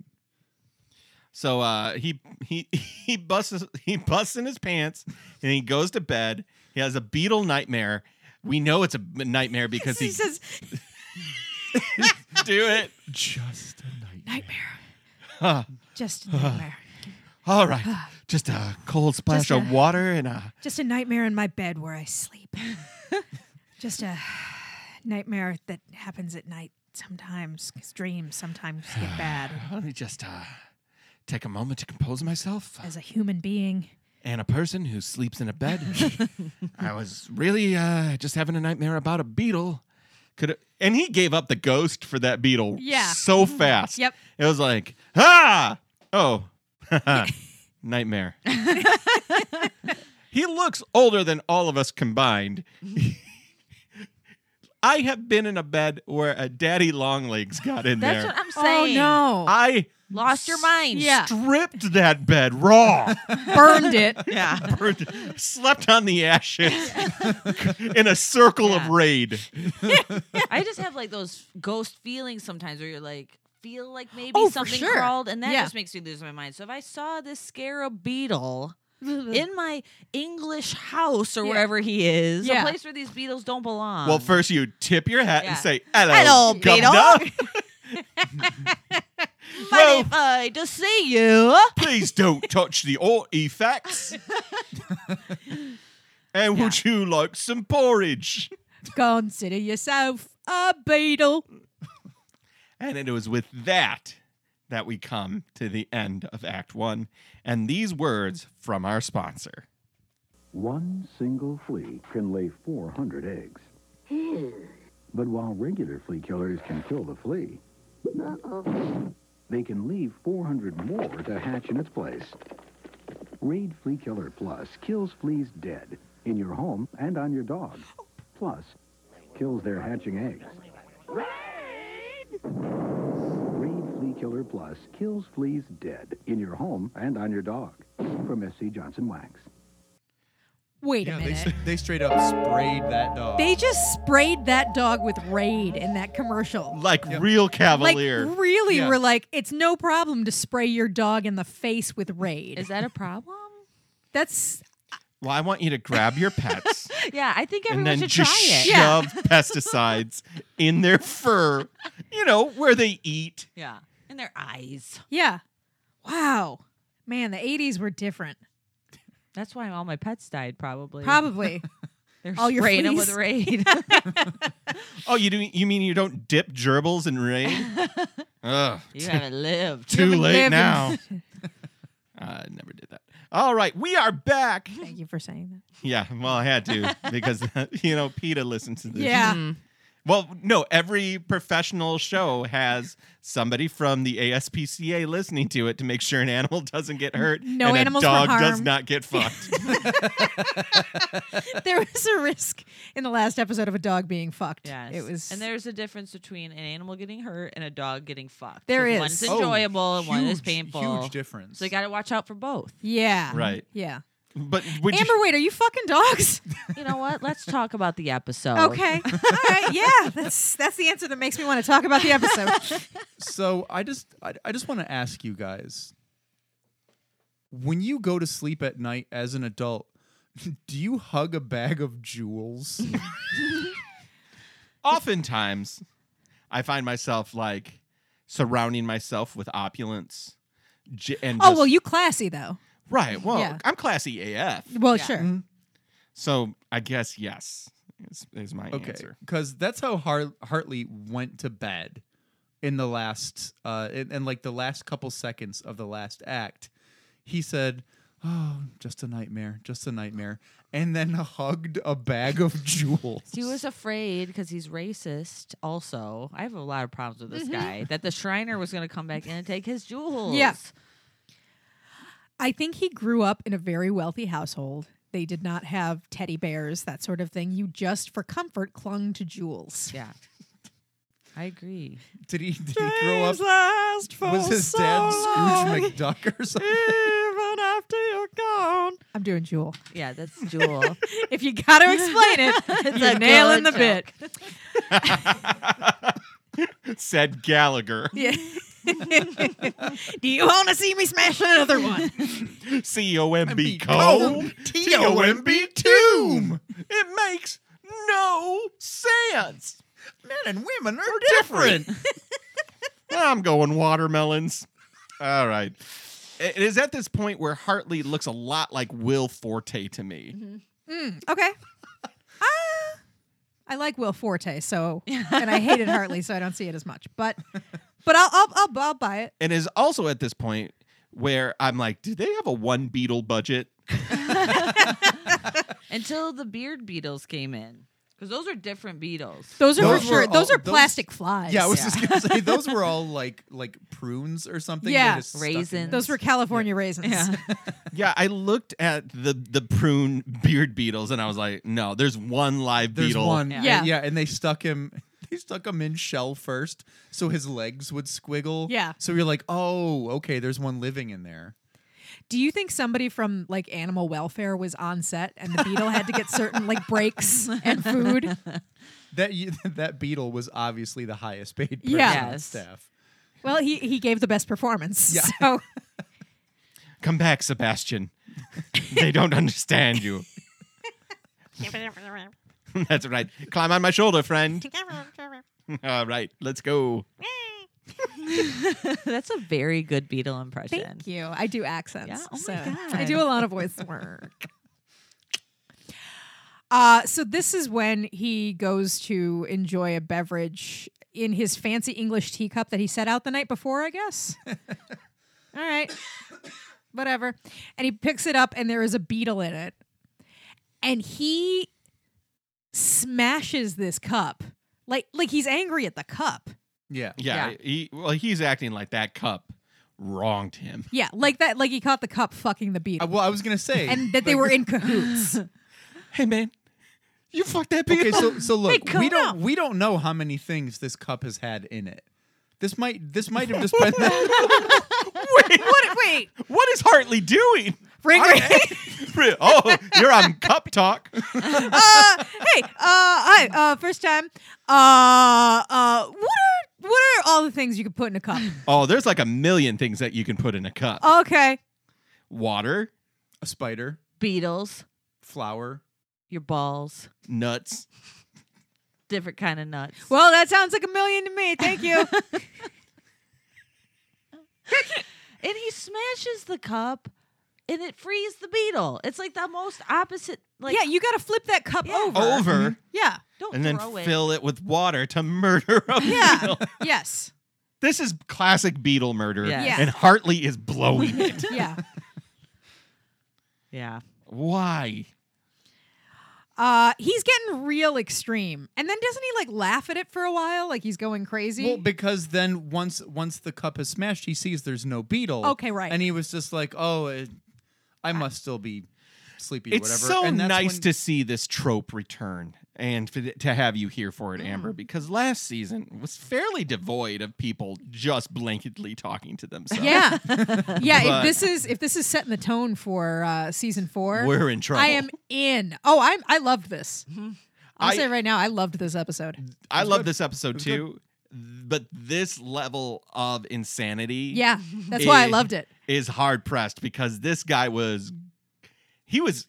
B: So uh, he he he busts he busts in his pants and he goes to bed. He has a beetle nightmare. We know it's a nightmare because
C: he
B: he
C: says
B: do it.
D: Just a night.
C: nightmare. Just a nightmare.
B: All right, just a cold splash
C: Just
B: of
C: a-
B: water and a
C: Just a nightmare in my bed where I sleep. Just a nightmare that happens at night sometimes. 'cause dreams sometimes get bad.
B: let me just uh, take a moment to compose myself.
C: As a human being,
B: and a person who sleeps in a bed. I was really uh, just having a nightmare about a beetle. Could and he gave up the ghost for that beetle
C: Yeah.
B: so fast.
C: Yep.
B: It was like, ah, oh, nightmare. he looks older than all of us combined. I have been in a bed where a daddy long legs got in
E: That's
B: there.
E: what I'm saying.
C: oh
B: I
E: Lost your mind.
C: Yeah.
B: stripped that bed raw.
C: no, burned it.
E: Yeah.
B: burned- slept on the ashes in a circle of
E: Yeah.
B: raid.
E: I just have like those ghost feelings sometimes where you're like, feel like maybe
C: Oh, for
E: something
C: sure.
E: crawled, and that
C: Yeah.
E: just makes me lose my mind. So if I saw this scarab beetle in my English house or
C: Yeah.
E: wherever he is,
C: Yeah.
E: a place where these beetles don't belong.
B: well, first you tip your hat and
E: yeah.
B: say, "Hello,
E: Hello,
B: governor.
E: Mighty
B: well-
E: fine to see you.
B: Please don't touch the artifacts." and would you like some porridge?
C: Consider yourself a beetle.
B: And it was with that that we come to the end of Act One, and these words from our sponsor.
F: One single flea can lay 400 eggs. But while regular flea killers can kill the flea, they can leave 400 more to hatch in its place. Raid Flea Killer Plus kills fleas dead in your home and on your dog. Plus, kills their hatching eggs. Raid Flea Killer Plus kills fleas dead in your home and on your dog. From S.C. Johnson Wax.
C: Wait
D: Yeah,
C: a
D: they,
C: minute.
D: s- they straight up sprayed that dog.
C: They just sprayed that dog with Raid in that commercial.
B: Like real
C: Like,
B: cavalier.
C: really,
D: Yeah.
C: we're like, it's no problem to spray your dog in the face with Raid.
E: Is that a problem?
C: That's,
B: well, I want you to grab your pets.
E: Yeah, I think
B: and
E: everyone
B: then
E: should
B: just
E: try it.
B: shove
C: Yeah.
B: pesticides in their fur, you know, where they eat.
E: yeah. In their eyes.
C: yeah. Wow. Man, the 80s were different.
E: That's why all my pets died, probably.
C: Probably.
E: They're
C: all your
E: spraying 'em
C: fleas.
E: with raid.
B: Oh, you do? You mean you don't dip gerbils in raid? Ugh,
E: you haven't lived.
B: too
C: haven't
B: late
C: lived.
B: now. I never did that. All right, we are back.
C: Thank you for saying that.
B: Yeah, well, I had to because you know Peta listens to this.
C: Yeah.
B: Well, no, every professional show has somebody from the ASPCA listening to it to make sure an animal doesn't get hurt.
C: No
B: and
C: animals
B: a
C: were
B: dog does
C: harmed.
B: not get fucked.
C: There was a risk in the last episode of a dog being fucked.
E: Yes.
C: It was.
E: And there's a difference between an animal getting hurt and a dog getting fucked.
C: There
E: 'Cause
C: is.
E: One's
C: Oh,
E: enjoyable and one is
D: Huge-
E: painful.
D: Huge difference.
E: So you got to watch out for both.
C: yeah.
B: Right.
C: Yeah.
B: But would you,
C: Amber, wait, are you fucking dogs?
E: You know what? Let's talk about the episode.
C: Okay. All right. Yeah. That's that's the answer that makes me want to talk about the episode.
D: so I just I, I just want to ask you guys when you go to sleep at night as an adult do you hug a bag of jewels
B: oftentimes I find myself like surrounding myself with opulence. J- and
C: oh
B: just-
C: well, you classy though.
B: right. Well,
C: yeah.
B: I'm classy AF,
C: Well,
E: Yeah.
C: sure.
B: so I guess yes is, is my
D: okay
B: answer.
D: because that's how Har- hartley went to bed in the last uh in, in like the last couple seconds of the last act he said oh just a nightmare just a nightmare and then hugged a bag of jewels
E: He was afraid because he's racist. Also, I have a lot of problems with this
C: Mm-hmm.
E: guy that the Shriner was going to come back in and take his jewels.
C: Yeah. I think he grew up in a very wealthy household. They did not have teddy bears, that sort of thing. You just, for comfort, clung to jewels.
E: Yeah. I agree.
D: did he did he grow up
B: last for
D: was his dad Scrooge McDuck or something?
B: even after you're gone.
C: I'm doing jewel.
E: Yeah, that's Jewel.
C: If you got to explain it, you're
E: a
C: nailing the
E: good
C: bit.
B: Said Gallagher.
C: Yeah. Do you want to see me smash another one?
B: C O M B
D: B
B: cold.
D: cold,
B: T O M B tomb. It makes no sense.
D: Men and women are
B: different. I'm going watermelons. All right. it is at this point where Hartley looks a lot like Will Forte to me.
C: Mm-hmm. Okay. Ah, I like Will Forte, so and I hated Hartley, so I don't see it as much. But but I'll I'll I'll, I'll buy it.
B: And is also at this point where I'm like, do they have a one beetle budget?
E: Until the beard beetles came in, because those are different beetles.
C: Those are
D: Those
C: for
D: were
C: sure. those
D: all-
C: are
D: those-
C: plastic flies.
D: Yeah, I was just gonna say those were all like like prunes or something. They
C: Yeah.
D: just stuck in
E: Raisins.
D: there.
C: Those were California raisins.
B: Yeah, I looked at the the prune beard beetles and I was like, no, there's one live
D: There's
B: beetle.
D: one.
E: Yeah.
D: Yeah. yeah, and they stuck him. They stuck him in shell first, so his legs would squiggle.
C: Yeah.
D: So you're like, oh, okay, there's one living in there.
C: Do you think somebody from like animal welfare was on set and the beetle had to get certain like breaks and food?
D: That you, that beetle was obviously the highest paid person
C: Yeah.
D: on
E: Yes.
D: staff.
C: Well, he he gave the best performance.
D: Yeah.
C: So
B: Come back, Sebastian. they don't understand you. That's right. Climb on my shoulder, friend. All right, let's go.
E: That's a very good beetle impression.
C: Thank you. I do accents.
E: Yeah? Oh my
C: so
E: God.
C: I do a lot of voice work. Uh, so this is when he goes to enjoy a beverage in his fancy English teacup that he set out the night before, I guess. All right. Whatever. And he picks it up and there is a beetle in it. And he smashes this cup. Like like he's angry at the cup.
D: Yeah.
B: Yeah,
E: Yeah.
B: He, well, he's acting like that cup wronged him.
C: Yeah, like that like he caught the cup fucking the
D: Uh,
C: beetle.
D: well, I was gonna say,
C: and that they were in cahoots.
B: Hey, man, you fucked that beetle.
D: okay. So so look,
C: Hey, come
D: we don't we don't know how many things this cup has had in it. This might this might have just been that.
C: What? Wait,
B: what is Hartley doing?
C: ring, ring.
B: oh, you're on cup talk.
C: Uh, hey, uh, hi, uh, first time. Uh, uh, what are what are all the things you could put in a cup?
B: Oh, there's like a million things that you can put in a cup.
C: Uh, Okay,
B: Water,
D: A spider,
E: Beetles,
D: flower.
E: your balls,
B: nuts.
E: different kind of nuts.
C: well that sounds like a million to me. Thank you.
E: and he smashes the cup, and it frees the beetle. It's like the most opposite. Like
C: yeah, you got to flip that cup
E: Yeah.
C: over.
B: Over.
C: Yeah.
E: don't
B: and then
E: throw it.
B: fill it with water to murder a
C: Yeah.
B: beetle.
C: yes.
B: This is classic beetle murder,
E: Yes.
C: Yeah.
B: and Hartley is blowing it.
C: Yeah.
E: yeah,
B: Why?
C: Uh, he's getting real extreme, and then doesn't he like laugh at it for a while, like he's going crazy?
D: Well, because then once once the cup is smashed, he sees there's no beetle.
C: Okay, right.
D: And he was just like, oh, it, I must still be sleepy.
B: It's
D: whatever.
B: so
D: and that's
B: nice
D: when-
B: to see this trope return and for th- to have you here for
C: Mm.
B: it, Amber, because last season was fairly devoid of people just blanketly talking to themselves.
C: yeah, yeah.
B: But-
C: if this is if this is setting the tone for uh, season four,
B: We're in trouble.
C: I am in. Oh, I'm. I loved this. I'll
B: I-
C: say right now, I loved this episode.
B: I
D: It's
B: love
D: good.
B: this episode
D: good.
B: too, but this level of insanity
C: Yeah, that's why I
B: Eh.
C: loved it.
B: is hard pressed because this guy was he was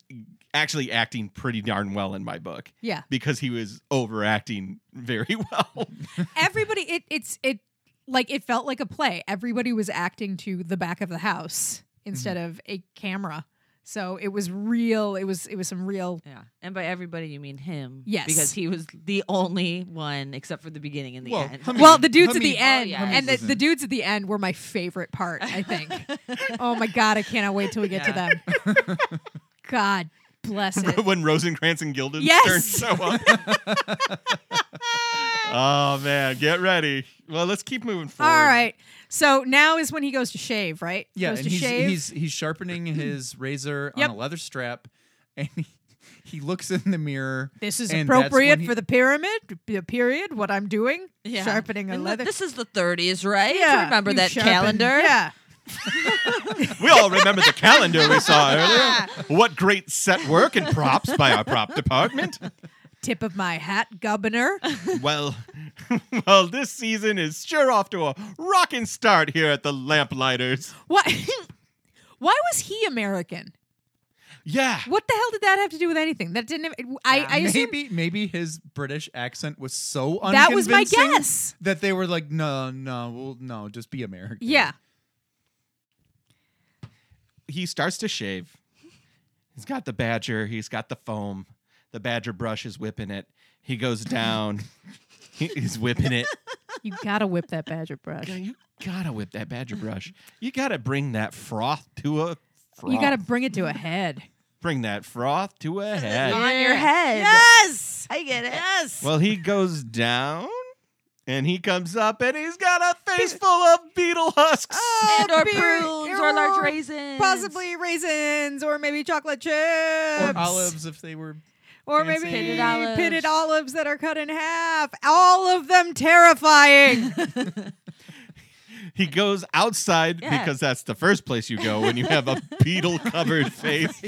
B: actually acting pretty darn well in my book
C: Yeah,
B: because he was overacting very well.
C: everybody. It it's it like it felt like a play. Everybody was acting to the back of the house instead of a camera. So it was real. It was it was some real.
E: yeah. And by everybody, you mean him.
C: Yes.
E: because he was the only one, except for the beginning and the
D: Well,
E: end.
D: I mean,
C: Well, the dudes at
D: Hamid-
C: the end,
E: yeah,
C: and the,
D: Hamid was
C: the
D: in.
C: dudes at the end were my favorite part. I think. oh my god, I cannot wait till we get to
E: Yeah.
C: them. God bless it.
B: when Rosencrantz and Guildenstern
C: Yes!
B: show up. oh man, get ready. Well, let's keep moving forward.
C: All right. So now is when he goes to shave, right?
D: Yeah,
C: Goes
D: and
C: to
D: he's,
C: shave.
D: he's he's sharpening his razor
C: Yep.
D: on a leather strap, and he, he looks in the mirror.
C: this is
D: and that's when
C: appropriate
D: he-
C: for the pyramid. The period. What I'm doing,
E: Yeah.
C: sharpening a
E: And
C: leather.
E: This is the 30s, right? You remember
C: you
E: that
C: sharpen-
E: calendar?
C: Yeah.
B: We all remember the calendar we saw earlier. What great set work and props by our prop department.
C: Tip of my hat, governor.
B: Well, well, this season is sure off to a rockin' start here at the Lamplighters.
C: Why? Why was he American?
B: Yeah.
C: What the hell did that have to do with anything? That didn't. Have, I, I assume
D: Maybe maybe his British accent was so
C: That was my
D: unconvincing
C: guess.
D: that they were like, no, no, well, no, just be American.
C: Yeah.
B: he starts to shave. He's got the badger. He's got the foam. The badger brush is whipping it. He goes down. He- he's whipping it.
C: You gotta whip that badger brush.
B: God, you gotta whip that badger brush. You gotta bring that froth to a. Froth.
C: You gotta bring it to a head.
B: bring that froth to a head.
E: on your head.
C: Yes.
E: I get it. Yes.
B: Well, he goes down and he comes up and he's got a face full of beetle husks.
C: Ah.
E: And or
C: Beer,
E: prunes or large
C: or
E: raisins.
C: Possibly raisins, or maybe chocolate chips,
D: Or olives if they were.
C: or
D: fancy.
C: maybe
E: Pitted olives.
C: pitted olives that are cut in half. All of them terrifying.
B: He goes outside
E: Yeah.
B: because that's the first place you go when you have a beetle covered face.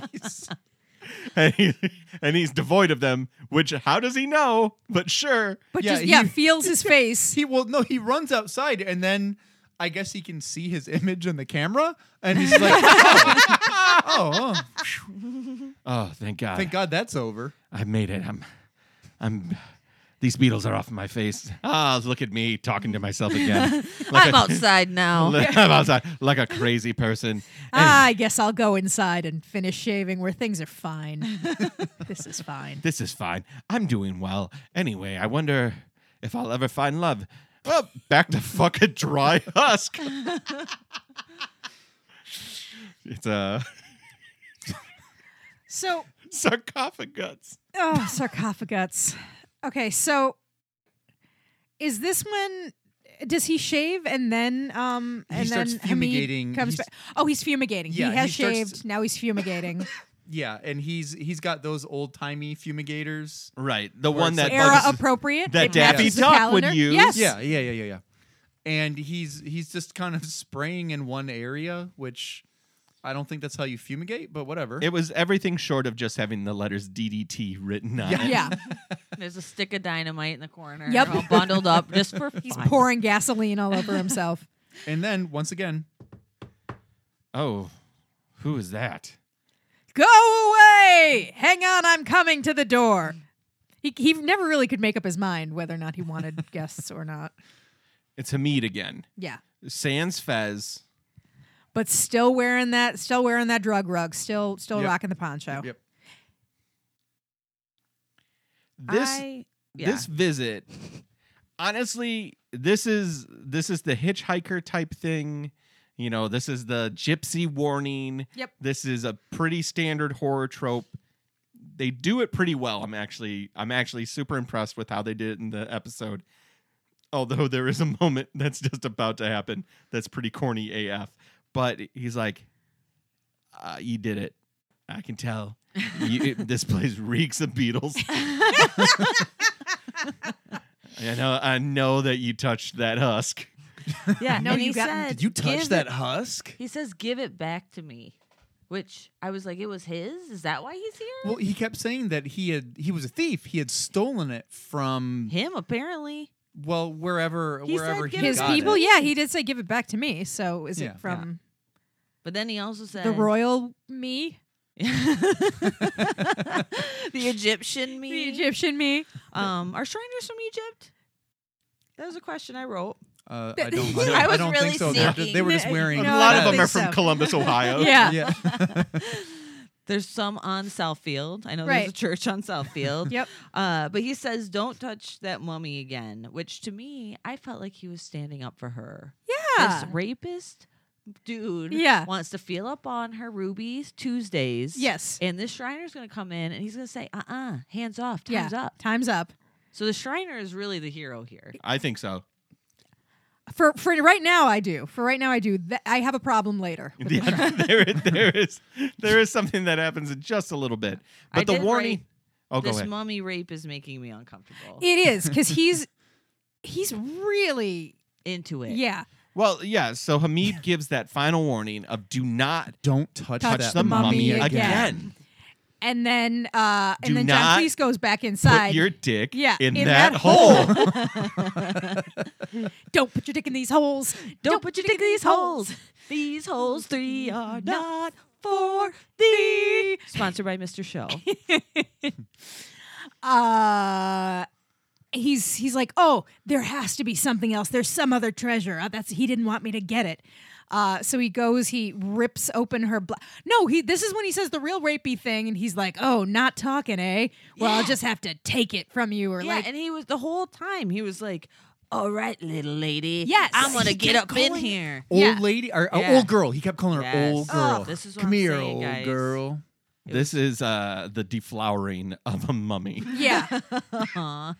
B: and, he, and he's devoid of them, which how does he know? But sure.
C: But
D: Yeah,
C: just yeah,
D: he-
C: feels his face.
D: He well, no, he runs outside and then I guess he can see his image on the camera and he's like, oh, oh, oh,
B: Oh, thank God.
D: thank God that's over.
B: I made it. I'm I'm these beetles are off my face. Ah, look at me talking to myself again. Like
E: I'm
B: a-
E: outside now.
B: I'm outside like a crazy person.
C: Ah, I guess I'll go inside and finish shaving where things are fine. this is fine.
B: this is fine. I'm doing well. Anyway, I wonder if I'll ever find love. Oh, back to fucking dry husk. it's uh, a
C: So,
B: sarcophagus.
C: oh, sarcophagus. Okay, so is this when does he shave and then um and
D: He starts
C: then Hamid
D: fumigating.
C: comes
D: He's-
C: back? Oh, he's fumigating.
D: Yeah,
C: he
D: he
C: has
D: starts
C: shaved.
D: to-
C: now he's fumigating.
D: Yeah, and he's he's got those old timey fumigators.
B: Right, the
D: Or
B: one
D: it's
B: that
D: like-
C: Era
B: bugs-
C: appropriate.
B: that
C: It
B: Daffy
C: matches the
B: Duck would
C: calendar.
B: use.
C: Yes.
D: Yeah, yeah, yeah, yeah, yeah. And he's he's just kind of spraying in one area, which I don't think that's how you fumigate, but whatever.
B: It was everything short of just having the letters DDT written on it.
C: Yeah.
E: There's a stick of dynamite in the corner.
C: Yep.
E: All bundled up just for
C: He's
E: fun.
C: pouring gasoline all over himself.
D: and then once again,
B: Oh, who is that?
C: Go away! Hang on, I'm coming to the door. He, he never really could make up his mind whether or not he wanted guests or not.
B: It's Hamid again.
C: Yeah.
B: Sans Fez.
C: But still wearing that, still wearing that drug rug, still still
D: Yep.
C: rocking the poncho.
D: yep.
B: This
E: I- yeah.
B: this visit honestly this is this is the hitchhiker type thing you know this is the gypsy warning
C: Yep.
B: this is a pretty standard horror trope they do it pretty well i'm actually i'm actually super impressed with how they did it in the episode although there is a moment that's just about to happen that's pretty corny af but he's like uh, you did it i can tell you, it- this place reeks of beatles I know. I know that you touched that husk.
E: yeah.
C: No,
E: and
C: you
E: he
C: got-
E: said, "Give it
D: husk?
E: He says, "Give it back to me," which I was like, "It was his. Is that why he's here?"
D: Well, he kept saying that he had he was a thief. He had stolen it from
E: Him apparently.
D: well wherever
E: He said
D: wherever he
E: give
C: His
E: Got
D: got
C: people,
D: It.
C: yeah, he did say give it back to me. So is
D: Yeah.
C: it from
E: But then he also said
C: the royal me,
E: the Egyptian me.
C: the Egyptian me?
E: Um, are Shriners from Egypt? That was a question I wrote.
D: Uh,
C: That-
D: I don't.
C: I
D: I don't,
E: was
D: don't
E: really
D: think so. They're
E: seeking-
D: just, they were just
C: No,
D: wearing.
C: no,
B: a lot
C: I
B: of
C: don't
B: them are
C: think
B: from
C: so.
B: Columbus, Ohio.
C: Yeah.
D: yeah.
E: There's some on Southfield. I know there's a
C: Right.
E: church on Southfield.
C: Yep.
E: Uh, but he says, "Don't touch that mummy again," which to me, I felt like he was standing up for her.
C: Yeah.
E: This rapist dude
C: Yeah.
E: wants to feel up on her rubies Tuesdays.
C: Yes.
E: And this Shriner's going to come in and he's going to say, uh uh hands off,
C: Yeah.
E: time's up.
C: Time's up.
E: So the Shriner is really the hero here.
B: I think so.
C: For for right now, I do. For right now, I do. Th- I have a problem later. with the
B: Yeah,
C: truck.
B: there, there is there is something that happens in just a little bit. But
E: I
B: the
E: did
B: warning. Oh, go
E: this
B: ahead.
E: mummy rape is making me uncomfortable.
C: It is because he's he's really
E: Into it.
C: yeah.
B: well, yeah. So Hamid gives that final warning of do not
D: Don't touch,
C: Touch
D: that
B: touch the mummy,
C: mummy
B: again.
C: again. And then uh
B: Do
C: and then
B: not
C: John Cleese goes back inside.
B: Put your dick
C: Yeah,
B: in, that, hole.
C: Don't put your dick in these holes.
E: Don't put your dick in these holes. These holes three are not for thee. Sponsored by Mr. Show.
C: Uh he's he's like, "Oh, there has to be something else. There's some other treasure. Uh, that's he didn't want me to get it." Uh, so he goes, he rips open her. Bla- no, he. This is when he says the real rapey thing, and he's like, "Oh, not talking, eh? Well, I'll just have to take it from you, or
E: yeah,
C: like."
E: and he was the whole time he was like, "All right, little lady,
C: Yes.
E: I'm gonna
C: He
E: get
C: kept
E: up in
C: calling-
E: here."
D: Old
C: Yeah.
D: lady or uh,
E: Yeah.
D: old girl. He kept calling her
E: Yes.
D: old
E: Oh,
D: girl.
E: this is what
D: Come
E: I'm
D: here,
E: saying,
D: old
E: guys.
D: girl.
B: This is uh, the deflowering of a mummy.
C: yeah.
E: Aw.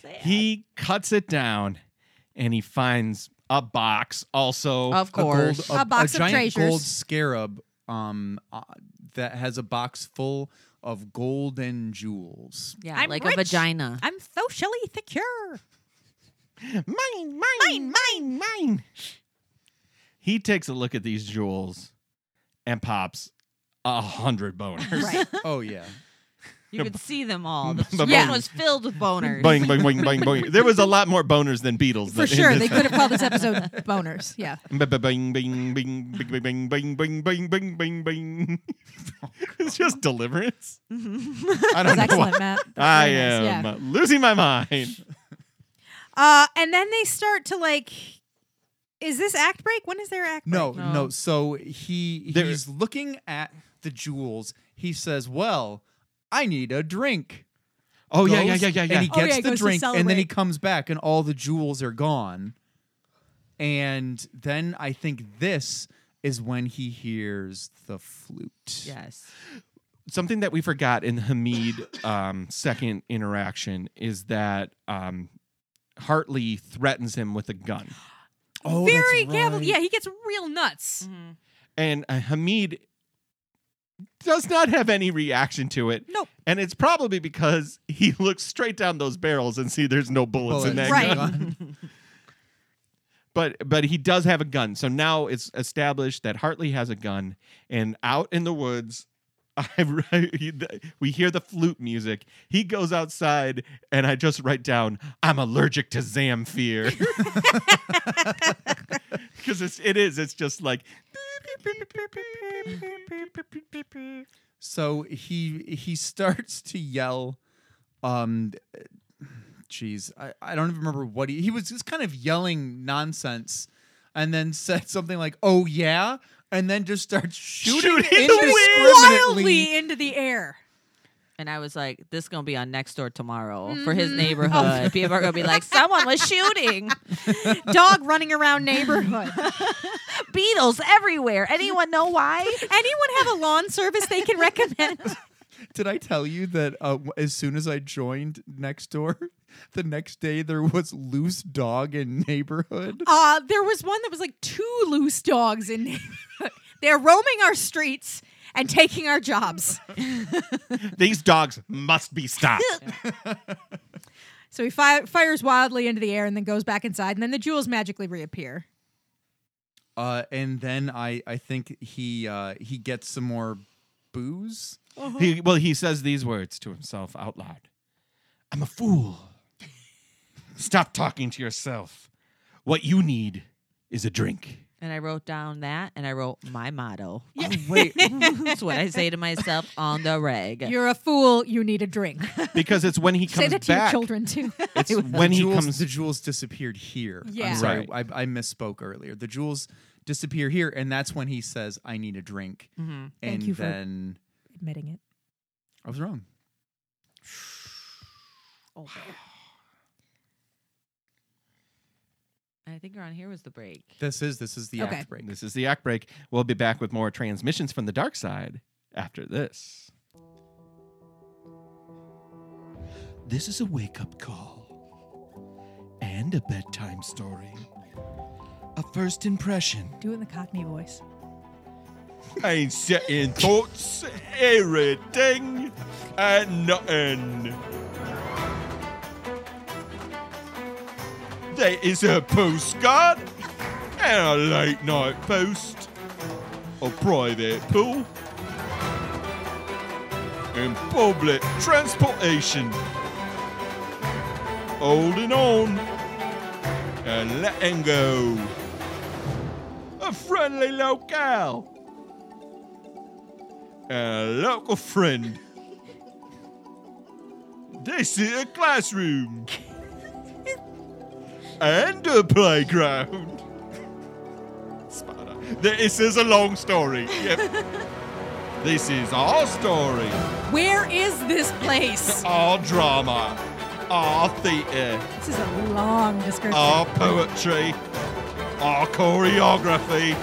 E: Sad.
B: He cuts it down and he finds a box also.
E: of course,
D: a, gold,
C: A box of
D: giant
C: treasures.
D: gold scarab um, uh, that has a box full of golden jewels.
E: yeah,
C: I'm
E: like
C: rich.
E: a vagina.
C: I'm socially secure.
B: mine, mine, mine, mine. He takes a look at these jewels and pops a hundred boners.
C: Right.
D: Oh yeah,
E: You could see them all. The
B: Ba-
E: room
C: Yeah.
E: was filled with boners.
B: boing, boing, boing, boing, boing. There was a lot more boners than Beatles.
C: For sure. They could have called this episode boners. Yeah.
B: Bing, bing, bing, bing, bing, bing, bing, bing, bing, bing, bing, bing. It's just deliverance. I don't
C: That's
B: know.
C: excellent,
B: Why.
C: Matt. That's
B: I
C: very nice.
B: am
C: Yeah.
B: losing my mind.
C: Uh, and then they start to like. Is this act break? When is their act
D: no,
C: break?
D: no.
E: No.
D: So he
B: There-
D: he's looking at the jewels. He says, "Well, I need a drink."
B: Oh yeah, yeah,
D: goes,
B: yeah, yeah, yeah.
D: And he
C: Oh, yeah,
D: gets
C: he
D: the
C: goes to
D: drink, and then he
C: celebrate.
D: comes back, and all the jewels are gone. And then I think this is when he hears the flute.
E: Yes.
B: something that we forgot in Hamid um, second interaction is that um, Hartley threatens him with a gun,
D: Oh, that's
C: Very gavel.
D: right.
C: Yeah, he gets real nuts.
B: and uh, Hamid does not have any reaction to it.
C: Nope.
B: and it's probably because he looks straight down those barrels and see there's no bullets in that
D: Bullets.
C: Right.
B: gun. But but he does have a gun, so now it's established that Hartley has a gun, and out in the woods. I, I- we hear the flute music. He goes outside, and I just write down, "I'm allergic to Zamfir," because it's it is. It's just like
D: So he he starts to yell. Um, jeez, I, I don't even remember what he he was just kind of yelling nonsense, and then said something like, "Oh yeah," and then just starts shooting,
B: Shooting in the wind.
D: indiscriminately.
C: Wildly into the air.
E: And I was like, this is going to be on next door tomorrow for his neighborhood. People are going to be like, someone was shooting.
C: Dog running around neighborhood.
E: Beetles everywhere. Anyone know why?
C: Anyone have a lawn service they can recommend?
D: Did I tell you that uh, w- as soon as I joined next door, the next day there was loose dog in neighborhood.
C: Uh, there was one that was like two loose dogs in neighborhood. They're roaming our streets and taking our jobs.
B: these dogs must be stopped.
C: So he fi- fires wildly into the air and then goes back inside, and then the jewels magically reappear.
D: Uh, and then I I think he uh, he gets some more booze.
B: He, well, he says these words to himself out loud I'm a fool. Stop talking to yourself. What you need is a drink.
E: And I wrote down that and I wrote my motto.
D: Oh, wait,
E: That's what I say to myself on the reg.
C: You're a fool. You need a drink.
B: Because it's when he
C: Say
B: comes
C: that to
B: back.
C: your children too.
B: It's when
D: the
B: he
D: jewels,
B: comes.
D: the jewels disappeared here.
C: Yeah.
D: I'm sorry, I, I misspoke earlier. The jewels disappear here, and that's when he says, "I need a drink."
E: Mhm.
D: And
C: Thank you for-
D: then
C: Admitting it.
D: I was wrong.
E: I think around here was the break.
D: This is this is the
C: Okay.
D: act break.
B: This is the act break. We'll be back with more transmissions from the dark side after this. This is a wake up call and a bedtime story, a first impression.
C: Do it in the Cockney voice.
B: ain't setting thoughts, everything, and nothing. There is a postcard and a late night post, a private pool, and public transportation. Holding on and letting go. A friendly locale and a local friend. This is a classroom and a playground. Spot on. This is a long story. Yep. this is our story,
C: Where is this place?
B: our drama, our theatre,
C: This is a long description.
B: our poetry, our choreography.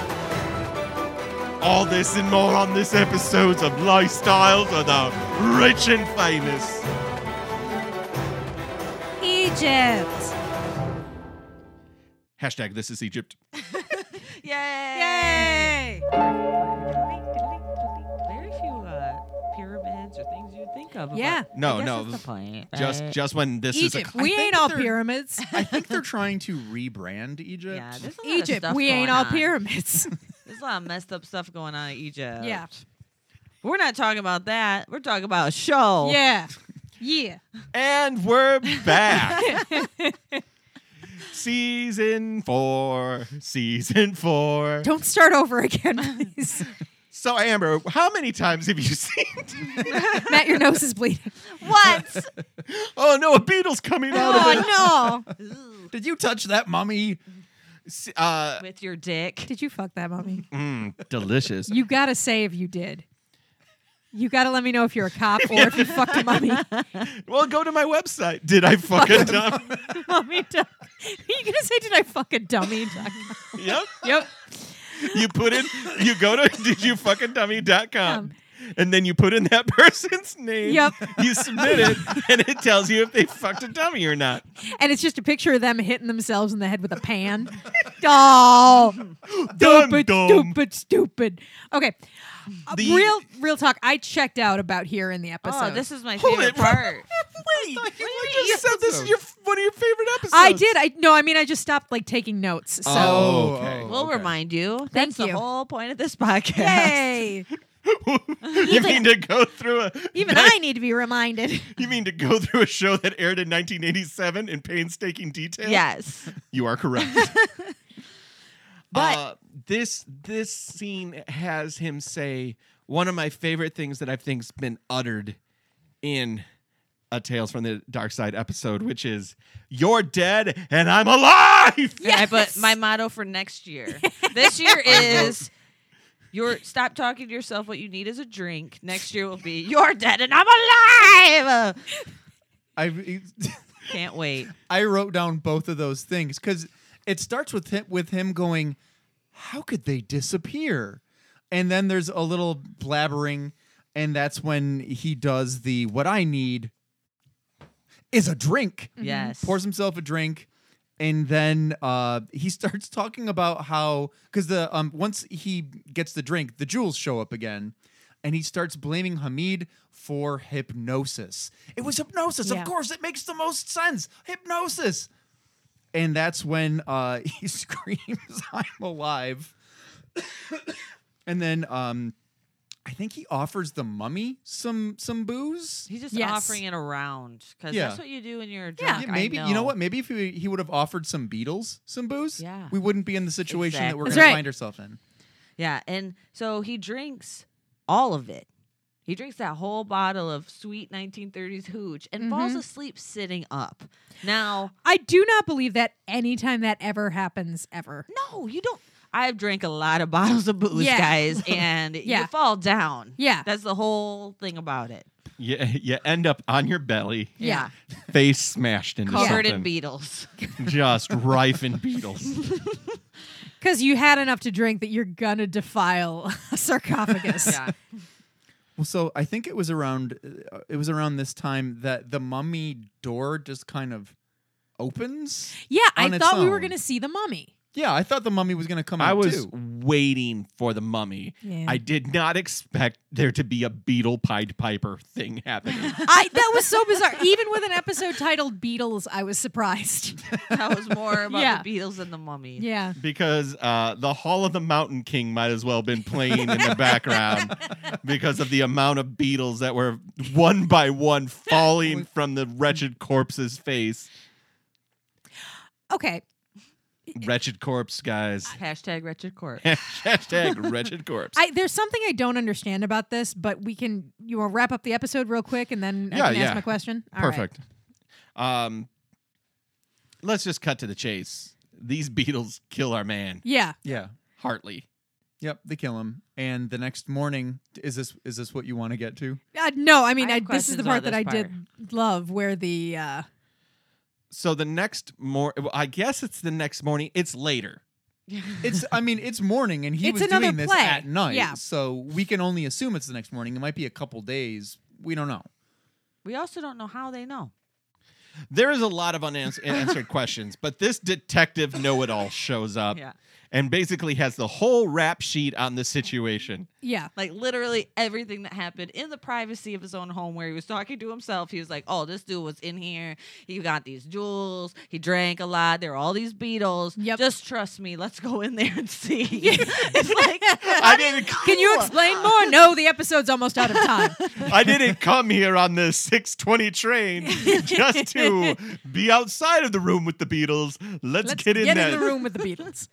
B: All this and more on this episode of Lifestyles of the Rich and Famous.
C: Egypt.
B: Hashtag this is Egypt.
E: Yay!
C: Yay!
E: Very few uh, pyramids or things you'd think of. about-
C: Yeah.
E: I
B: No,
E: guess
B: no,
E: that's the point,
B: Just
E: right?
B: just when this
C: Egypt.
B: is a,
C: We
D: think
C: ain't
D: that
C: all
D: they're-
C: pyramids.
D: I think they're trying to rebrand Egypt.
E: yeah, there's a lot of
C: Egypt.
E: stuff
C: We ain't
E: going
C: all
E: on.
C: pyramids.
E: There's a lot of messed up stuff going on in Egypt.
C: yeah.
E: We're not talking about that. We're talking about a show.
C: Yeah. Yeah.
B: and we're back. season four, season four.
C: Don't start over again, please.
B: So Amber, how many times have you seen?
C: Matt, your nose is bleeding.
E: What?
B: oh no, a beetle's coming out of it.
C: Oh no!
D: Did you touch that mummy?
B: S- Uh,
E: With your dick.
C: Did you fuck that mummy?
B: mm, delicious.
C: You gotta say if you did. You gotta let me know if you're a cop or if you fucked a mummy.
B: Well, go to my website. Did I fuck a dumb?
C: mummy duck. Are you gonna say did I fuck a dummy? duck?
B: yep.
C: yep.
B: You put in. You go to didyoufuckadummy.com. And then you put in that person's name.
C: Yep.
B: You submit it, and it tells you if they fucked a dummy or not.
C: And it's just a picture of them hitting themselves in the head with a pan. oh,
B: Dum
C: stupid,
B: dum.
C: stupid, stupid. Okay, Uh,
B: The-
C: real, real talk. I checked out about here in the episode.
E: Oh, this is my
B: Hold it.
E: favorite part.
B: Wait, you
E: wait,
B: just said this is your one of your favorite episodes.
C: I did. I no. I mean, I just stopped like taking notes. So
B: Oh, okay.
E: We'll
D: okay.
E: remind you. Thank That's
C: you.
E: the whole point of this podcast.
C: yay!
B: you mean to go through a
C: Even I need to be reminded.
B: You mean to go through a show that aired in 1987 in painstaking detail?
E: Yes.
B: you are correct.
E: But-
B: Uh, this this scene has him say one of my favorite things that I think's been uttered in a Tales from the Dark Side episode, which is "You're dead and I'm alive."
E: And I put my motto for next year. this year is your stop talking to yourself. What you need is a drink. Next year will be you're dead and I'm alive.
D: I
E: Can't wait.
C: Mm-hmm.
D: I wrote down both of those things because it starts with him with him going, "How could they disappear?" And then there's a little blabbering, and that's when he does the what I need is a drink.
E: Yes.
D: Mm-hmm. pours himself a drink and then uh, he starts talking about how because the um, once he gets the drink the jewels show up again and he starts blaming hamid for hypnosis it was hypnosis
C: Yeah.
D: of course it makes the most sense hypnosis and that's when uh, he screams i'm alive and then um, i think he offers the mummy some some booze
E: He's just
C: Yes.
E: offering it around because
D: Yeah.
E: that's what you do when you're a
C: Yeah.
E: drunk.
D: yeah, maybe
E: I
D: you know what? Maybe if he, he would have offered some Beatles some booze,
E: Yeah.
D: we wouldn't be in the situation that we're
E: Exactly.
D: going
C: That's
D: to
C: right.
D: find ourselves in.
E: Yeah, and so he drinks all of it. He drinks that whole bottle of sweet 1930s hooch and
C: Mm-hmm.
E: falls asleep sitting up. Now,
C: I do not believe that anytime that ever happens ever.
E: No, you don't. I've drank a lot of bottles of booze,
C: Yeah.
E: guys, and
C: Yeah.
E: you fall down.
C: Yeah.
E: That's the whole thing about it.
B: You, you end up on your belly,
C: Yeah.
B: face smashed into
E: Covered
B: something,
E: in beetles.
B: just rife in beetles.
C: Because you had enough to drink that you're gonna defile a sarcophagus.
E: yeah.
D: Well, so I think it was around uh, it was around this time that the mummy door just kind of opens.
C: Yeah, I
D: On its
C: thought we were
D: own.
C: gonna see the mummy.
D: Yeah, I thought the mummy was going to come out
B: I was
D: too.
B: waiting for the mummy.
C: Yeah.
B: I did not expect there to be a beetle Pied Piper thing happening.
C: I that was so bizarre. Even with an episode titled Beatles, I was surprised.
E: That was more about
C: Yeah.
E: the beetles and the mummy.
C: Yeah.
B: because uh, the Hall of the Mountain King might as well have been playing in the background because of the amount of beetles that were one by one falling from the wretched corpse's face.
C: Okay.
B: Wretched corpse, guys.
E: Hashtag wretched court.
B: Hashtag wretched corpse.
C: I there's something I don't understand about this, but we can you want to wrap up the episode real quick and then
B: Yeah,
C: I can
B: yeah.
C: ask my question? All right.
B: Perfect. Um, let's just cut to the chase. These beetles kill our man,
C: Yeah.
D: Yeah.
B: Hartley.
D: Yep, they kill him. And the next morning, is this is this what you want to get to?
C: Uh, no, I mean, I
E: I have
C: this is
E: questions
C: the
E: about
C: part that
E: this
C: I did love, where the uh,
B: So the next more, I guess it's the next morning. It's later.
D: It's I mean, it's morning and he
C: It's
D: was
C: another
D: doing this
C: play.
D: at night.
C: Yeah.
D: So we can only assume it's the next morning. It might be a couple days. We don't know.
E: We also don't know how they know.
B: There is a lot of unanswered questions, but this detective know-it-all shows up
E: Yeah.
B: and basically has the whole rap sheet on the situation.
C: yeah,
E: Like literally everything that happened in the privacy of his own home where he was talking to himself. He was like, Oh, this dude was in here. He got these jewels. He drank a lot. There were all these beetles.
C: Yep.
E: Just trust me. Let's go in there and see. it's like
B: I didn't.
C: Can you explain more? No, the episode's almost out of time.
B: I didn't come here on the 620 train just to be outside of the room with the Beatles. Let's,
C: Let's
B: get in there.
C: the room with the Beatles.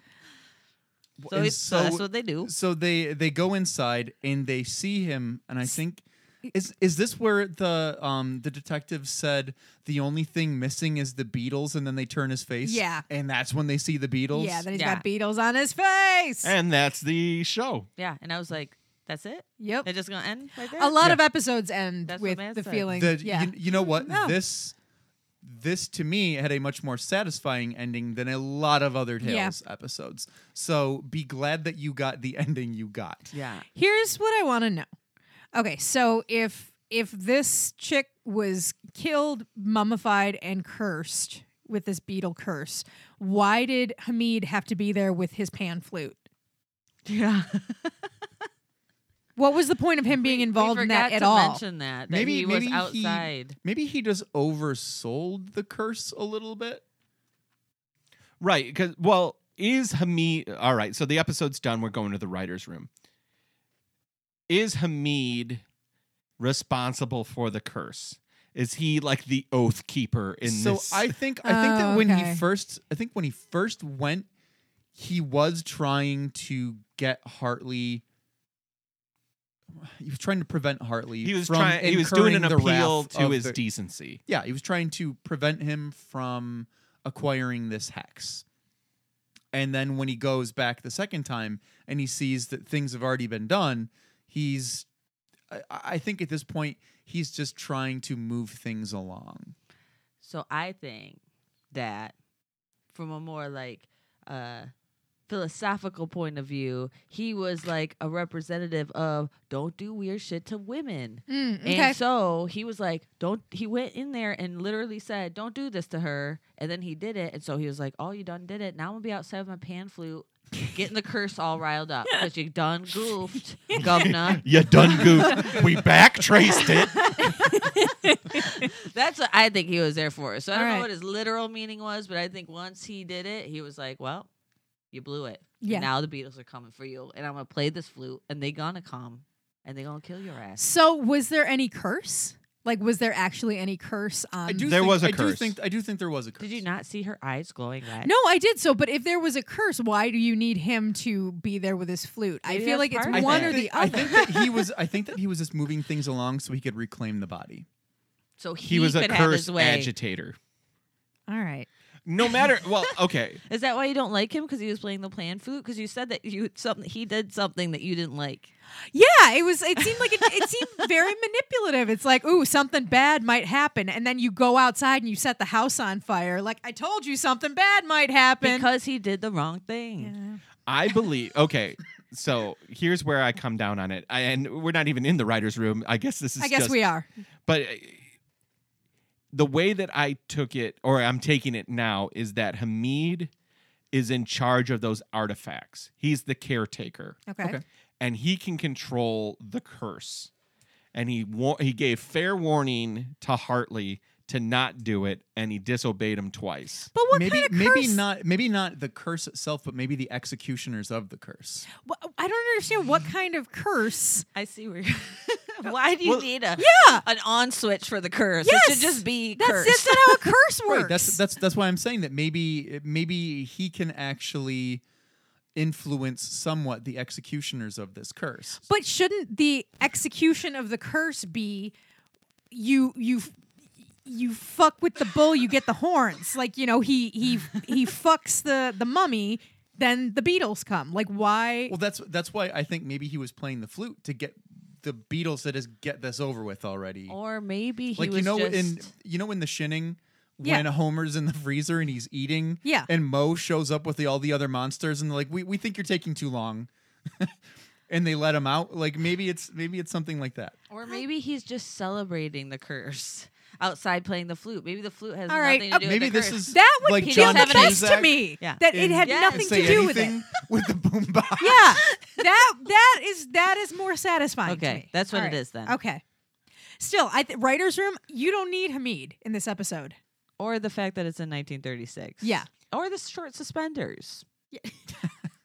E: so,
D: And
E: it's, so that's what they do.
D: So they they go inside and they see him, and I think is is this where the um the detective said the only thing missing is the Beatles, and then they turn his face.
C: Yeah.
D: and that's when they see the Beatles.
C: Yeah, then he's got
E: Yeah.
C: Beatles on his face.
B: And that's the show.
E: Yeah. And I was like, That's it?
C: yep.
E: They're just gonna end right there?
C: A lot of episodes end
E: That's what
C: with
E: Matt
C: the
E: said.
C: feeling.
D: the,
C: yeah.
D: you, you know what
C: No.
D: this this to me had a much more satisfying ending than a lot of other
C: Yeah.
D: tales episodes so be glad that you got the ending you got
E: Yeah.
C: Here's what I want to know. Okay, so if if this chick was killed, mummified, and cursed with this beetle curse, why did Hamid have to be there with his pan flute?
E: Yeah.
C: What was the point of him being involved
E: we
C: in that
E: forgot
C: at
E: to
C: all?
E: Mention that, that
D: maybe
E: he was
D: maybe
E: outside.
D: he, maybe he just oversold the curse a little bit
B: Right. Because, well, is Hamid. All right. So the episode's done. We're going to the writer's room. Is Hamid responsible for the curse? Is he like the oath keeper in
D: so
B: this?
D: i think i think that
C: Oh,
D: when
C: okay.
D: he first i think when he first went he was trying to get hartley he was trying to prevent hartley
B: he was
D: from
B: trying. He was doing an
D: incurring the
B: appeal
D: wrath
B: to
D: of
B: his
D: the-
B: decency.
D: Yeah, he was trying to prevent him from acquiring this hex. And then when he goes back the second time and he sees that things have already been done, he's I, I think at this point he's just trying to move things along.
E: So I think that from a more like uh philosophical point of view, he was like a representative of don't do weird shit to women.
C: Mm, okay.
E: And so he was like, don't he went in there and literally said, Don't do this to her. And then he did it. And so he was like, Oh, you done did it. Now I'm gonna be outside with my pan flute. Getting the curse all riled up because you done goofed, governor.
B: You done goof. we back traced it.
E: That's what I think he was there for. So I
C: All
E: don't
C: right.
E: know what his literal meaning was, but I think once he did it, he was like, "Well, you blew it. And
C: Yeah.
E: Now the Beatles are coming for you, and I'm gonna play this flute, and they gonna come, and they gonna kill your ass."
C: So was there any curse? Like, was there actually any curse on?
D: I do
B: There
D: think,
B: was a
D: I do
B: curse.
D: think I do think there was a curse.
E: Did you not see her eyes glowing red?
C: No, I did so. But if there was a curse, why do you need him to be there with his flute? I
E: Maybe
C: feel
E: that's
C: like it's
E: part
D: I
E: of
C: one
D: think
C: or
D: that-
C: the
D: I
C: other.
D: think that he was I think that he was just moving things along so he could reclaim the body.
E: So he,
B: He, was a
E: could have
B: curse
E: his way.
B: agitator.
C: All right.
B: No matter. Well, okay.
E: Is that why you don't like him? Because he was playing the pan flute? Because you said that you something he did something that you didn't like.
C: Yeah, it was. It seemed like it, it seemed very manipulative. It's like, ooh, something bad might happen, and then you go outside and you set the house on fire. Like I told you, something bad might happen.
E: Because he did the wrong thing.
B: I believe. Okay. So here's where I come down on it. I, and we're not even in the writer's room. I guess this is
C: I guess
B: just-
C: we are.
B: But uh, the way that I took it, or I'm taking it now, is that Hamid is in charge of those artifacts. He's the caretaker.
C: Okay.
D: Okay.
B: and he can control the curse. And he war- he gave fair warning to Hartley to not do it, and he disobeyed him twice.
C: But what
D: maybe
C: kind of curse?
D: maybe not maybe not the curse itself, but maybe the executioners of the curse.
C: Wh- I don't understand what kind of curse.
E: I see where. You're why do you
B: Well,
E: need a
C: Yeah.
E: an on switch for the curse? It
C: Yes!
E: should just be
C: That's
E: curse.
C: that's not how a curse works.
D: Right, that's that's that's why I'm saying that maybe maybe he can actually influence somewhat the executioners of this curse.
C: But shouldn't the execution of the curse be you you you fuck with the bull, you get the horns. Like you know, he he he fucks the the mummy then the Beatles come. Like why?
D: Well, that's that's why I think maybe he was playing the flute to get the Beatles to just get this over with already.
E: Or maybe he
D: like
E: was
D: you know
E: just
D: in you know in the shinning
C: Yeah.
D: when Homer's in the freezer and he's eating.
C: Yeah.
D: And Mo shows up with the, all the other monsters and they're like we we think you're taking too long. and they let him out. Like maybe it's maybe it's something like that.
E: or maybe he's just celebrating the curse outside playing the flute. Maybe the flute has
C: All right,
E: nothing to
C: uh,
E: do with
D: Maybe
E: the curse.
D: this is
C: that would
D: like
C: feel
D: John
C: the best to
D: Cusack
C: me.
E: Yeah.
C: That it
D: in-
C: had
E: Yes.
C: nothing
D: Say
C: to do with it.
D: anything with the boombox.
C: Yeah, that that is that is more satisfying. to
E: Okay,
C: me.
E: that's what
C: All
E: it is then.
C: Okay. Still, I th- writers' room. You don't need Hamid in this episode.
E: or the fact that it's in 1936.
C: Yeah.
E: Or the short suspenders.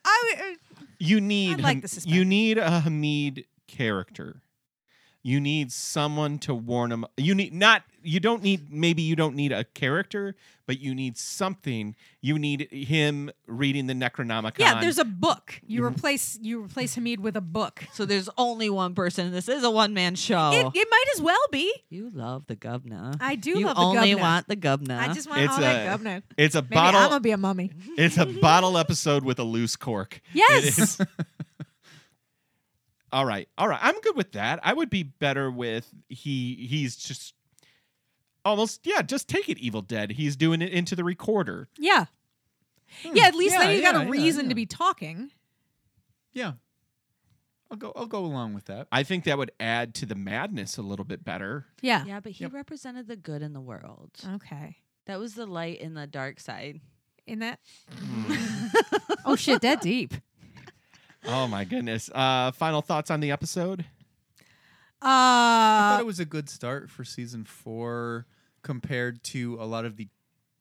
C: I uh, w-
B: You need
C: I'd like
B: Ham-
C: the suspense.
B: you need a Hamid character. You need someone to warn him. You need not you don't need maybe you don't need a character, but you need something. You need him reading the Necronomicon.
C: yeah, there's a book. You replace you replace Hamid with a book.
E: So there's only one person. This is a one man show.
C: It, it might as well be.
E: you love the gubna.
C: I do
E: you
C: love the
E: only
C: gubna.
E: want the gubna.
C: I just want
B: It's
C: all that
B: a-
C: gubna.
B: it's a
C: Maybe I'm
B: bottle
C: gonna be a mummy.
B: it's a bottle episode with a loose cork. It
C: Yes.
B: is- all right. All right. I'm good with that. I would be better with he he's just almost yeah, just take it Evil Dead. He's doing it into the recorder.
C: Yeah. Yeah. At least
D: Yeah,
C: then you got
D: yeah,
C: a
D: yeah,
C: reason
D: yeah.
C: to be talking.
D: Yeah. I'll go I'll go along with that.
B: I think that would add to the madness a little bit better.
C: Yeah. Uh,
E: yeah, but he
D: Yep.
E: represented the good in the world.
C: Okay.
E: That was the light in the dark side.
C: In that. oh shit! That deep.
B: Oh my goodness. Uh final thoughts on the episode?
D: I
C: Uh,
D: thought it was a good start for season four compared to a lot of the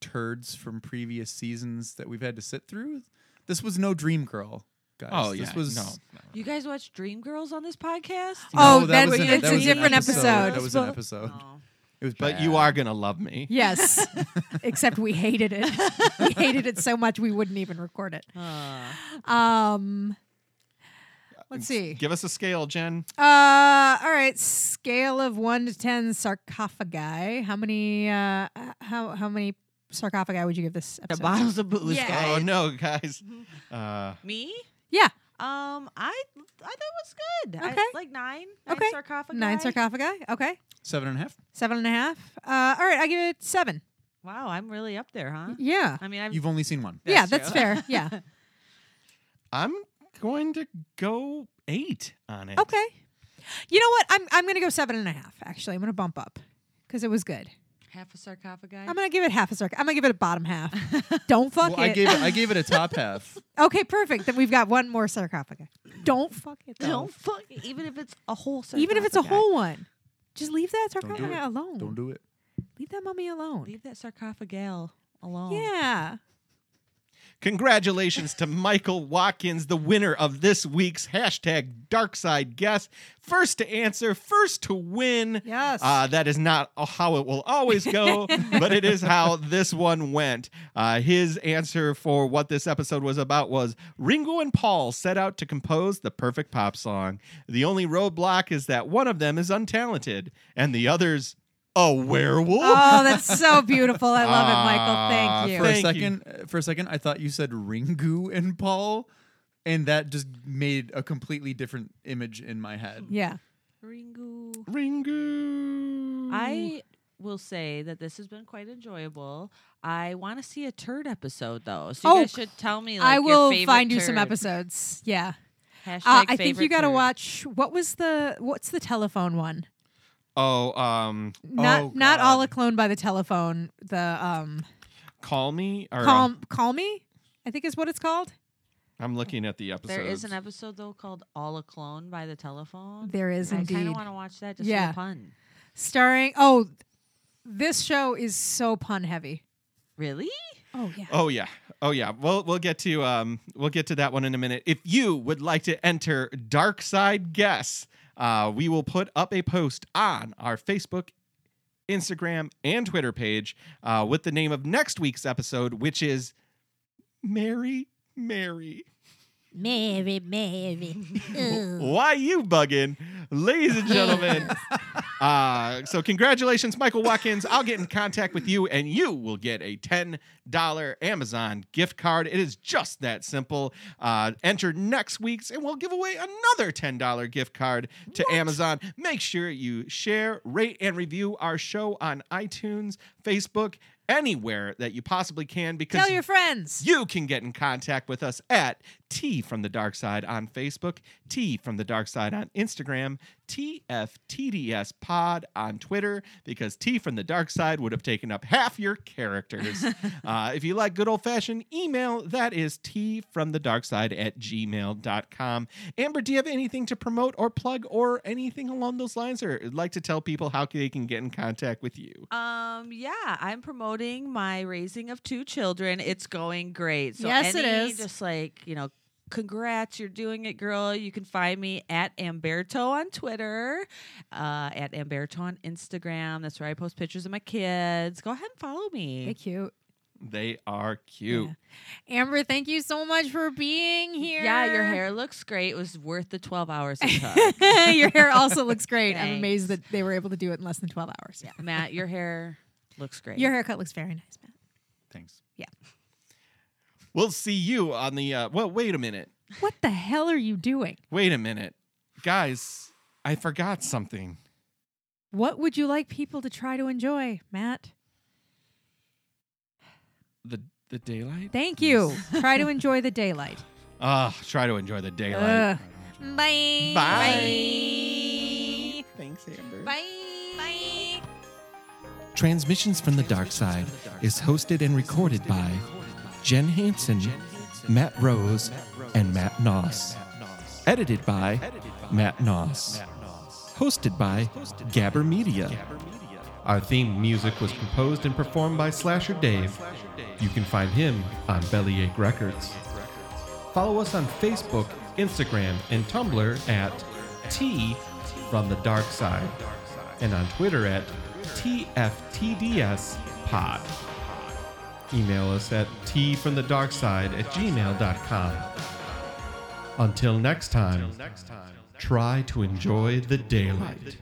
D: turds from previous seasons that we've had to sit through. This was no Dream Girl, guys.
B: Oh yeah.
D: this was
B: no.
E: You guys watch Dreamgirls on this podcast?
C: Oh,
D: No,
C: that
D: was
C: was-
D: an-
C: it's
D: that
C: a
D: was an
C: different episode.
D: That was an episode.
E: Oh.
D: It was,
B: But
D: bad.
B: you are going to love me.
C: yes. Except we hated it. we hated it so much we wouldn't even record it.
E: Uh,
C: Um. Let's see.
B: Give us a scale, Jen.
C: Uh, all right. Scale of one to ten sarcophagi. How many? Uh, how how many sarcophagi would you give this
E: the
C: episode?
E: bottles of booze,
C: Yeah.
E: guys.
B: Oh no, guys.
C: Mm-hmm.
B: Uh
E: Me?
C: Yeah.
E: Um, I I thought it was good. I-
C: Okay.
E: like nine. nine
C: Okay.
E: Sarcophagi.
C: Nine sarcophagi. Okay.
D: seven and a half.
C: Seven and a half. Uh, all right. I give it seven.
E: Wow, I'm really up there, huh?
C: Yeah.
E: I mean, I've
D: You've only seen one.
C: yeah.
E: That's
C: That's
E: true.
C: fair. Yeah.
B: I'm going to go 8 on it.
C: Okay. You know what? I'm I'm gonna go seven and a half. Actually, I'm gonna bump up because it was good.
E: half a sarcophagi.
C: I'm gonna give it half a circle. I'm gonna give it a bottom half. Don't fuck
D: Well,
C: it.
D: I gave it, I gave it a top half.
C: okay, perfect. Then we've got one more sarcophagi. Don't fuck it though.
E: Don't fuck. Even if it's a whole sarcophagi.
C: Even if it's a whole one, just leave that
D: do
C: sarcophagi
D: it.
C: alone.
D: Don't do it.
C: leave that mummy alone.
E: Leave that sarcophagal alone.
C: yeah.
B: Congratulations to Michael Watkins, the winner of this week's hashtag Darkside Guest. First to answer, first to win.
C: Yes.
B: Uh, that is not how it will always go, but it is how this one went. Uh, his answer for what this episode was about was Ringo and Paul set out to compose the perfect pop song. The only roadblock is that one of them is untalented and the other's a werewolf.
C: Oh, that's so beautiful. I love it, Michael. Thank you.
D: Ah, For
B: Thank
D: a second, for a second, I thought you said Ringu and Paul, and that just made a completely different image in my head.
C: yeah.
E: Ringu.
B: Ringo.
E: I will say that this has been quite enjoyable. I want to see a turd episode though, so you
C: Oh,
E: guys should tell me. Like,
C: I
E: your
C: will
E: favorite
C: find you some
E: turd.
C: episodes. Yeah.
E: Hashtag
C: Uh, I think
E: favorite
C: you got to
E: turd.
C: watch. What was the? What's the telephone one?
B: Oh, um,
C: Not
D: Oh,
C: not all a
D: God.
C: clone by the telephone. The um
B: call me.
D: uh,
B: Or,
C: call
B: um,
C: call me. I think is what it's called.
B: I'm looking at the episode.
E: There is an episode though called "All a Clone" by the telephone.
C: There is
E: I kind
C: indeed.
E: of want to watch that just for
C: Yeah.
E: the pun.
C: Starring oh, this show is so pun heavy.
E: Really?
C: Oh yeah.
B: Oh yeah. Oh yeah. We'll we'll get to um we'll get to that one in a minute. If you would like to enter Dark Side Guess, uh, we will put up a post on our Facebook, Instagram, and Twitter page uh, with the name of next week's episode, which is Mary Mary.
G: Mary, Mary. Ooh.
B: Why you bugging? Ladies and gentlemen, Uh, so congratulations, Michael Watkins. I'll get in contact with you, and you will get a ten dollar Amazon gift card. It is just that simple. Uh, enter next week's, and we'll give away another ten dollar gift card to Amazon. Make sure you share, rate, and review our show on iTunes, Facebook, anywhere that you possibly can. Because
C: Tell your friends.
B: you can get in contact with us at T from the Dark Side on Facebook, T from the Dark Side on Instagram, TFTDS Pod on Twitter, because T from the Dark Side would have taken up half your characters. uh, if you like good old fashioned email, that is T from the Dark Side at gmail.com. Amber, do you have anything to promote or plug or anything along those lines, or like to tell people how they can get in contact with you?
E: Um, yeah, I'm promoting my raising of two children. It's going great. So
C: Yes, it
E: any
C: is.
E: just like, you know, congrats, you're doing it, girl. You can find me at Amberto on Twitter, uh, at Amberto on Instagram. That's where I post pictures of my kids. Go ahead and follow me.
C: Thank you.
B: They are cute.
C: Amber, thank you so much for being here.
E: Yeah, your hair looks great. It was worth the 12 hours it took.
C: your hair also looks great. I'm
E: Thanks.
C: amazed that they were able to do it in less than 12 hours. Yeah.
E: Matt, your hair looks great.
C: Your haircut looks very nice, Matt.
D: Thanks.
B: We'll see you on the. Uh, well, wait a minute.
C: What the hell are you doing?
B: Wait a minute. Guys, I forgot something.
C: What would you like people to try to enjoy, Matt?
B: The the daylight?
C: Thank you. try to enjoy the daylight.
B: Ah, try to enjoy the daylight.
C: Ugh. Bye.
B: Bye. Thanks, Amber. Transmissions from the Dark Side is hosted and recorded by Jen Hansen, Matt Rose, and Matt Noss. Edited by Matt Noss. Hosted by Gabber Media. Our theme music was composed and performed by Slasher Dave. You can find him on Bellyache Records. Follow us on Facebook, Instagram, and Tumblr at T from the Dark Side, and on Twitter at TFTDS Pod. Email us at T from the Dark Side at gmail.com. Until next time, try to enjoy the daylight.